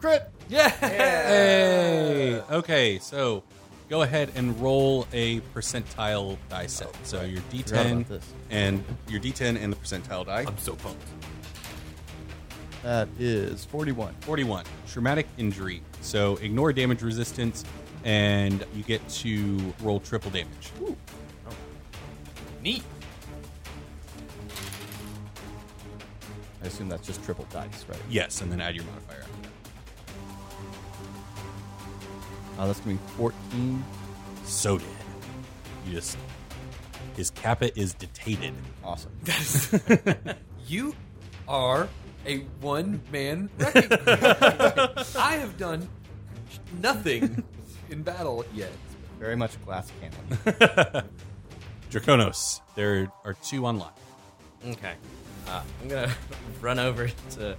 S4: Crit!
S5: Yeah.
S1: Hey. Okay. So go ahead and roll a percentile die set. so your
S4: Forgot about
S1: D10
S4: this.
S1: and your D10 and the percentile die.
S5: I'm so pumped.
S4: That is 41.
S1: 41 traumatic injury so ignore damage resistance and you get to roll triple damage
S5: Neat.
S4: I assume that's just triple dice, right?
S1: yes and then add your modifier after
S4: Uh, that's going to be 14.
S1: that. so dead you just his kappa is detated
S4: Awesome.
S5: You are a one man wrecking. crew. I have done nothing in battle yet.
S4: Very much glass cannon.
S1: draconos there are two on lock
S7: Okay. Uh, I'm gonna run over to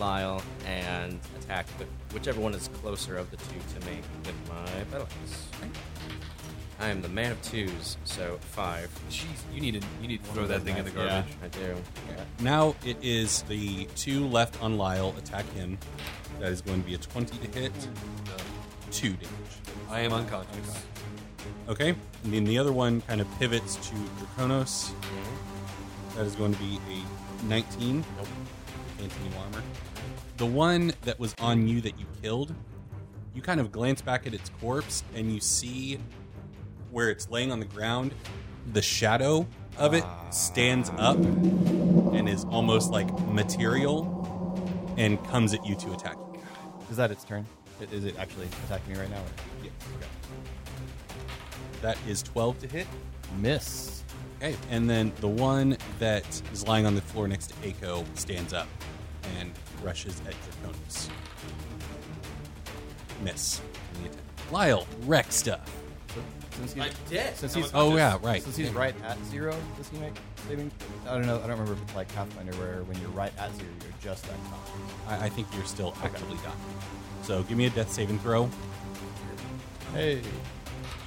S7: Lyle and attack the, whichever one is closer of the two to me with my battle axe. I am the man of twos, so five.
S5: Jeez, you need to you need to throw that thing in the garbage.
S7: I do.
S1: now it is the two left on lyle attack him that is going to be a 20 to hit uh, two damage
S5: I am unconscious.
S1: okay and then the other one kind of pivots to draconos That is going to be a 19. Nope. Continue armor. The one that was on you that you killed, you kind of glance back at its corpse and you see where it's laying on the ground. The shadow of it stands up and is almost like material. and comes at you to attack you.
S4: Is that its turn? I- Is it actually attacking me right now? Or?
S1: That is 12 to hit.
S4: Miss.
S1: Okay, and then the one that is lying on the floor next to Aiko stands up and rushes at Draconis. Miss. on the attack. Lyle, wreck stuff.
S4: So, since he's,
S8: did.
S4: Since he's,
S1: Oh, yeah, right.
S4: Since he's right at zero, does he make saving? I don't know. I don't remember if it's like Pathfinder where when you're right at zero, you're just at top.
S1: I, I think you're still actively dying. So give me a death saving throw.
S4: Hey.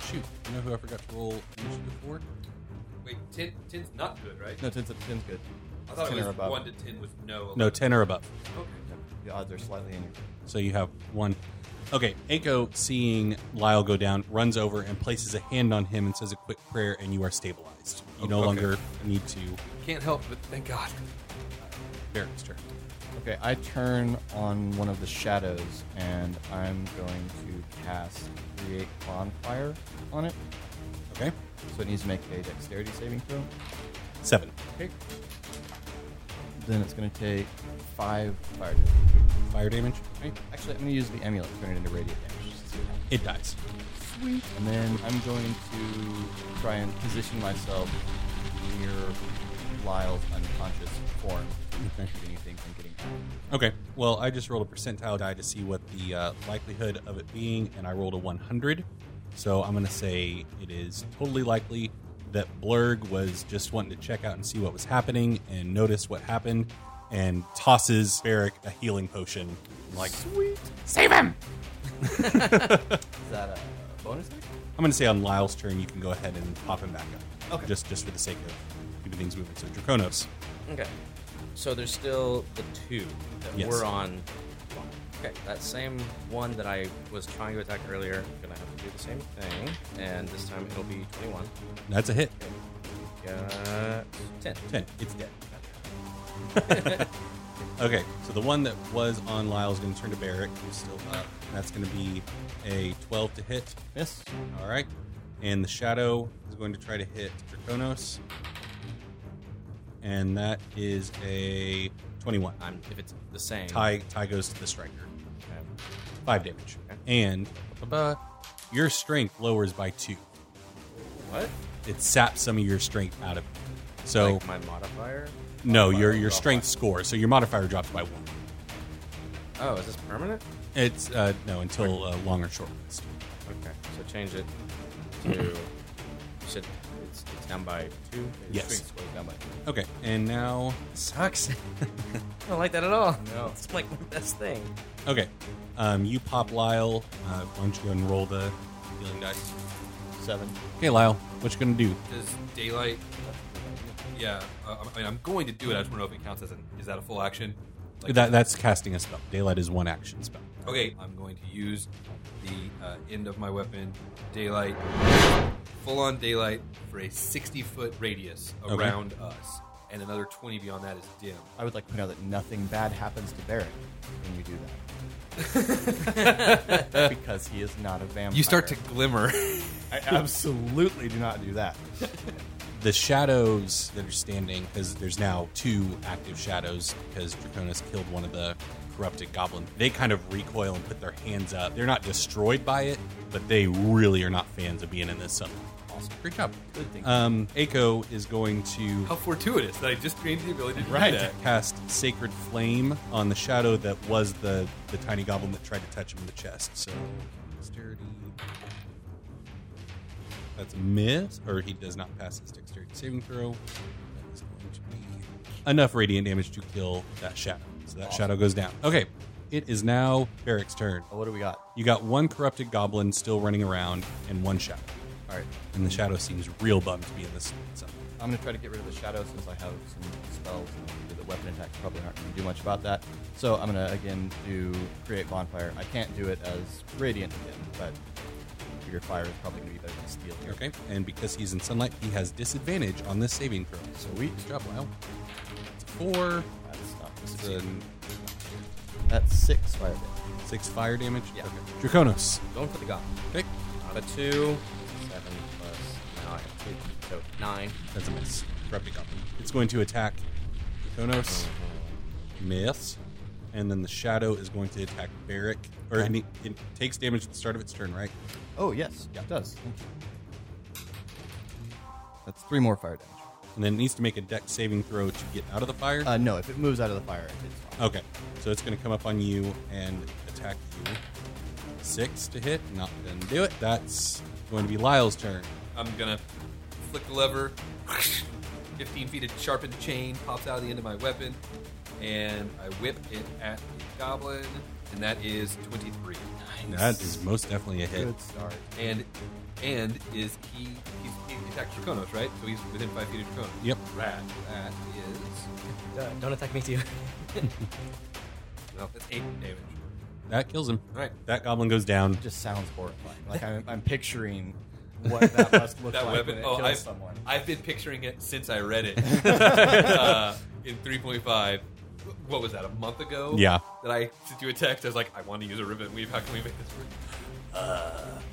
S1: Shoot, you know who I forgot to roll initiative for?
S5: Wait, 10, 10's not good, right?
S4: No, ten's, ten's good.
S5: I thought
S4: 10
S5: it
S4: or
S5: was
S4: above.
S5: 1 to 10 with no.
S1: No, 10 or above.
S5: Okay.
S4: The odds are slightly in your favor.
S1: So you have one. Okay, Aiko, seeing Lyle go down, runs over and places a hand on him and says a quick prayer, and you are stabilized. You no
S5: Okay.
S1: longer need to.
S5: Can't help but thank God.
S1: Barracks turn.
S4: Okay, I turn on one of the shadows and I'm going to cast create bonfire on it.
S1: Okay,
S4: So it needs to make a dexterity saving throw.
S1: seven.
S4: Okay. Then it's going to take five fire damage.
S1: Fire damage.
S4: Right? Actually, I'm going to use the amulet, turn it into radiant damage. just to see what happens.
S1: It dies.
S4: And then I'm going to try and position myself near Lyle's unconscious form. Okay. Anything from getting out.
S1: Okay. Well, I just rolled a percentile die to see what the uh, likelihood of it being, and I rolled a 100. So I'm going to say it is totally likely that Blurg was just wanting to check out and see what was happening and notice what happened and tosses Varric a healing potion. Like,
S4: Is that a bonus action?
S1: I'm going to say on Lyle's turn, you can go ahead and pop him back up.
S4: Okay.
S1: Just, just for the sake of keeping things moving. So Draconos.
S6: Okay. So there's still the two that
S1: Yes.
S6: were on. Okay, that same one that I was trying to attack earlier. Gonna have to do the same thing, and this time it'll be 21.
S1: That's a hit.
S6: Got 10.
S1: 10. It's dead. okay, so the one that was on Lyle is going to turn to Barrick, who's still up. That's going to be a 12 to hit.
S4: Miss.
S1: All right. And the shadow is going to try to hit Draconos. And that is a 21.
S6: I'm, if it's the same.
S1: Ty, Ty goes to the striker.
S6: Okay.
S1: Five damage.
S6: Okay.
S1: And ba-ba-ba, your strength lowers by two.
S6: What?
S1: It saps some of your strength out of you. So,
S6: Like my modifier?
S1: no,
S6: Modifier
S1: your,
S6: will
S1: your
S6: drop
S1: strength score. So your modifier drops by one.
S6: by- Oh, is this permanent?
S1: It's uh, no until uh, long or short rest.
S6: Okay, so change it to. you said it's, it's down by two?
S1: Yes.
S6: Strength score is down by two.
S1: Okay, and now
S6: Sucks. I don't like that at all. No. It's like my best thing.
S1: okay, um, you pop Lyle. Uh, why don't you go and roll the healing dice?
S4: Seven.
S1: Okay, Lyle, what you gonna do?
S5: Does daylight. Yeah, uh, I mean, I'm going to do it. I just want to know if it counts as an. Is that a full action? Like-
S1: that that's casting a spell. Daylight is one action spell.
S5: Okay, I'm going to use the uh, end of my weapon, daylight, full on daylight for a 60 foot radius
S1: Okay.
S5: around us, and another 20 beyond that is dim.
S4: I would like to point out that nothing bad happens to Barrett when you do that. because he is not a vampire.
S5: You start to glimmer.
S4: I absolutely do not do that.
S1: The shadows that are standing, because there's now two active shadows, because Draconis killed one of the corrupted goblin. They kind of recoil and put their hands up. They're not destroyed by it, but they really are not fans of being in this sunlight. Awesome, great job.
S4: Good thing.
S1: Um, Aiko is going to
S5: How fortuitous that I just gained the ability to do that.
S1: cast Sacred Flame on the shadow that was the the tiny goblin that tried to touch him in the chest. So dexterity. That's a miss, or he does not pass his dexterity saving throw. That is going to be enough radiant damage to kill that shadow. So that shadow goes down. Okay, it is now Barrick's turn.
S4: Oh, what do we got?
S1: You got one corrupted goblin still running around and one shadow,
S4: All right.
S1: and the shadow seems real bummed to be in this. sun.
S4: I'm going to try to get rid of the shadow since I have some spells and the weapon attacks probably aren't going to do much about that. So I'm going to again do create bonfire. I can't do it as radiant again, but your fire is probably going to be better than steel here.
S1: Okay, and because he's in sunlight, he has disadvantage on this saving throw.
S4: Sweet.
S1: Good job, Lyle. It's a four.
S4: That's not
S1: It's a
S4: That's six fire damage.
S1: six fire damage.
S4: Yeah.
S1: Okay. Draconos.
S6: Going for the goblin.
S1: Okay.
S6: Out of two. Seven plus. Now I have two. So nine.
S1: That's a miss. Corrupted Goblin. It's going to attack Draconos. Miss. and then the shadow is going to attack Barrick. Or it, ne- it takes damage at the start of its turn, right?
S4: Oh, yes. Yeah. It does. Thank you. That's three more fire damage.
S1: And then it needs to make a deck saving throw to get out of the fire.
S4: Uh, no, if it moves out of the fire, it's fine.
S1: okay, so it's going to come up on you and attack you. Six to hit, not going to do it. That's going to be Lyle's turn.
S5: I'm gonna flick the lever. 15 feet of sharpened chain pops out of the end of my weapon, and I whip it at the goblin, and that is 23.
S1: That is most definitely a hit.
S4: Good start.
S5: And and is he he's, he attacked Draconos, right? So he's within five feet of Draconos.
S1: Yep.
S5: Right. That is
S6: Don't- Don't attack me too.
S5: well, that's eight damage.
S1: That kills him.
S5: All right.
S1: That goblin goes down.
S4: It just sounds horrifying. Like, I'm, I'm picturing what that must look
S5: That
S4: like
S5: weapon.
S4: when it
S5: Oh,
S4: kills
S5: I've,
S4: someone.
S5: I've been picturing it since I read it uh, in 3.5. What was that? A month ago?
S1: Yeah.
S5: That I sent you a text. I was like, I want to use a ribbon weave. How can we make this work?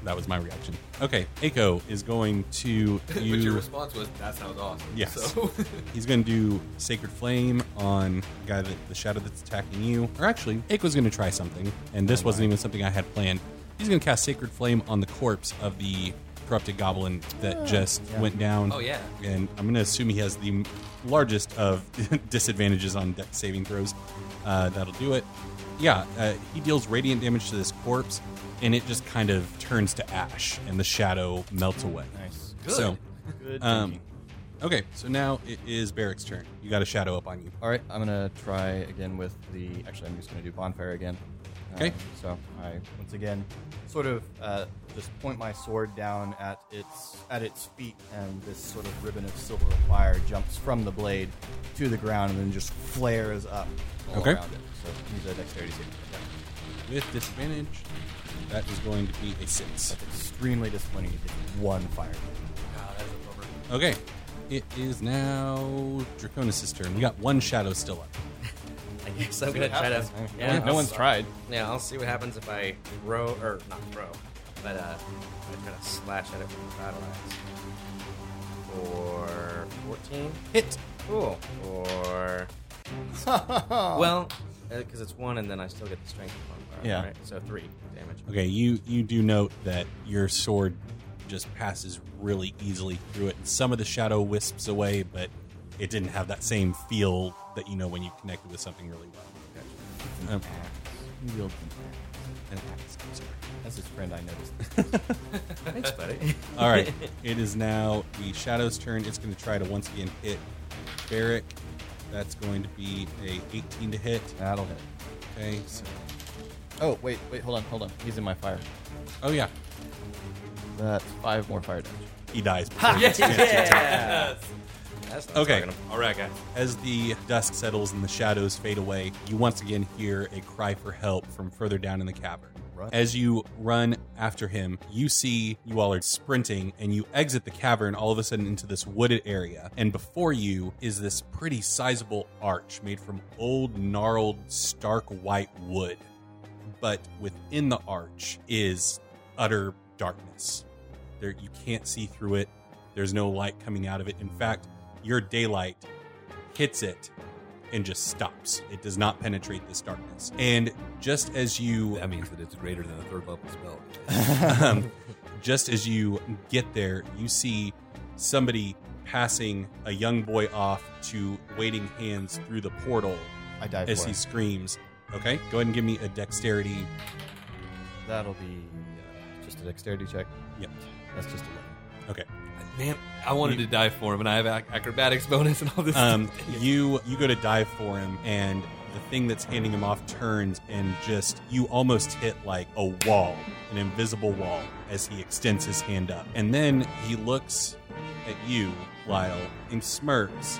S1: That was my reaction. Okay, Aiko is going to
S5: But your
S1: use.
S5: response was, "That sounds awesome."
S1: Yes.
S5: So,
S1: He's going to do Sacred Flame on the guy that the shadow that's attacking you. Or actually, Aiko's going to try something, and
S5: Oh
S1: this wasn't even something I had planned. He's going to cast Sacred Flame on the corpse of the corrupted goblin that just went down.
S5: Oh, yeah.
S1: And I'm going to assume he has the largest of disadvantages on deck saving throws. Uh, that'll do it. Yeah, uh, he deals radiant damage to this corpse, and it just kind of turns to ash, and the shadow melts away.
S4: Nice.
S5: Good.
S1: So,
S4: Good
S1: um,
S4: thinking.
S1: Okay, so now it is Barrick's turn. You got a shadow up on you.
S4: All right, I'm gonna try again with the. Actually, I'm just gonna do bonfire again.
S1: Okay.
S4: Um, so I once again sort of uh, just point my sword down at its at its feet, and this sort of ribbon of silver fire jumps from the blade to the ground, and then just flares up all
S1: Okay.
S4: around it. So use a dexterity saving. throw.
S1: With disadvantage, that is going to be a six.
S4: That's extremely disappointing. You did one fire.
S1: Okay, it is now Draconis' turn. We got one shadow still up.
S6: I guess I'm gonna try to. Yeah,
S4: no
S6: I'll
S4: one's
S6: s-
S4: tried.
S6: Yeah, I'll see what happens if I throw or not throw, but uh, I'm gonna try to slash at it with the battle axe. For 14,
S1: Hit.
S6: cool. Or well, because it's one, and then I still get the strength modifier.
S4: Yeah.
S6: Right? So three damage.
S1: Okay, you you do note that your sword just passes really easily through it, and some of the shadow wisps away, but it didn't have that same feel that you know when you connected with something really well. Um,
S4: Wield
S1: an axe, I'm sorry.
S4: That's his friend. I noticed.
S6: Thanks, buddy.
S1: All right. it is now the Shadow's turn. It's going to try to once again hit Barrick. That's going to be a 18 to hit.
S4: That'll hit.
S1: Okay. So,
S4: Oh wait, wait, hold on, hold on. He's in my fire.
S1: oh yeah,
S4: That's five more fire damage.
S1: he dies. before he gets a chance to attack.
S6: yeah. That's not
S1: Okay.
S6: talking
S5: all right, guys.
S1: As the dusk settles and the shadows fade away, you once again hear a cry for help from further down in the cavern.
S4: Run.
S1: As you run after him, you see you all are sprinting and you exit the cavern all of a sudden into this wooded area. And before you is this pretty sizable arch made from old, gnarled, stark white wood. But within the arch is utter darkness. There, you can't see through it. There's no light coming out of it. In fact, your daylight hits it and just stops. It does not penetrate this darkness. And just as you
S5: That means that it's greater than a third level spell.
S1: um, just as you get there, you see somebody passing a young boy off to waiting hands through the portal
S4: I dive
S1: as
S4: for
S1: he
S4: it.
S1: screams. Okay, go ahead and give me a dexterity.
S4: That'll be uh, just a dexterity check.
S1: Yep.
S4: That's just a one.
S1: Okay,
S5: Man, I wanted to dive for him, and I have ac- acrobatics bonus and all this.
S1: um,
S5: stuff.
S1: you you go to dive for him, and the thing that's handing him off turns and just you almost hit like a wall, an invisible wall, as he extends his hand up, and then he looks at you, Lyle, and smirks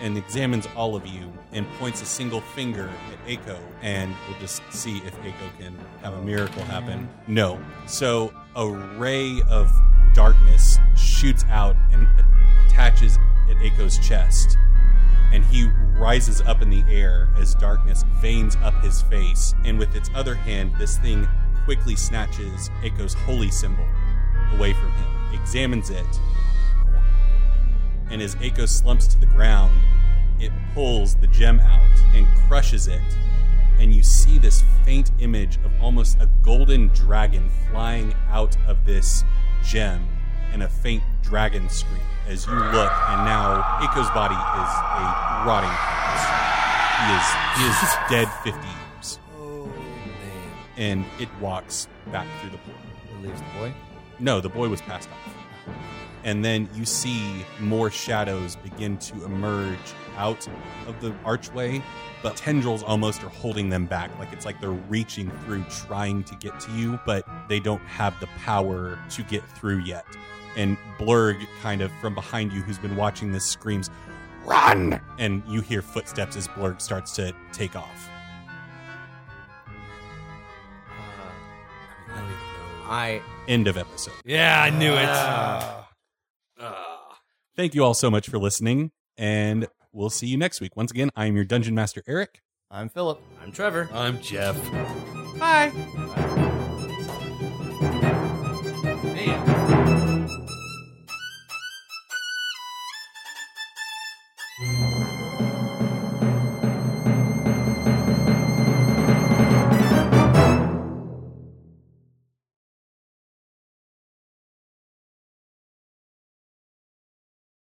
S1: and examines all of you and points a single finger at Aiko, and we'll just see if Aiko can have a miracle happen. No. So a ray of darkness shoots out and attaches at Aiko's chest, and he rises up in the air as darkness veins up his face, and with its other hand, this thing quickly snatches Aiko's holy symbol away from him, examines it, and as Aiko slumps to the ground, it pulls the gem out and crushes it and you see this faint image of almost a golden dragon flying out of this gem and a faint dragon scream as you look, and now Iko's body is a rotting corpse. He is he is dead fifty years,
S5: Oh man.
S1: and it walks back through the portal.
S4: It leaves the boy.
S1: No, the boy was passed off. And then you see more shadows begin to emerge out of the archway, but tendrils almost are holding them back. Like it's like they're reaching through, trying to get to you, but they don't have the power to get through yet. And Blurg, kind of from behind you, who's been watching this, screams, Run! And you hear footsteps as Blurg starts to take off.
S5: I don't even know.
S6: I
S1: End of episode.
S5: Yeah, I knew it. Ah.
S1: Thank you all so much for listening, and we'll see you next week. Once again, I am your Dungeon Master, Eric.
S4: I'm Philip.
S6: I'm Trevor.
S5: I'm Jeff.
S6: Man.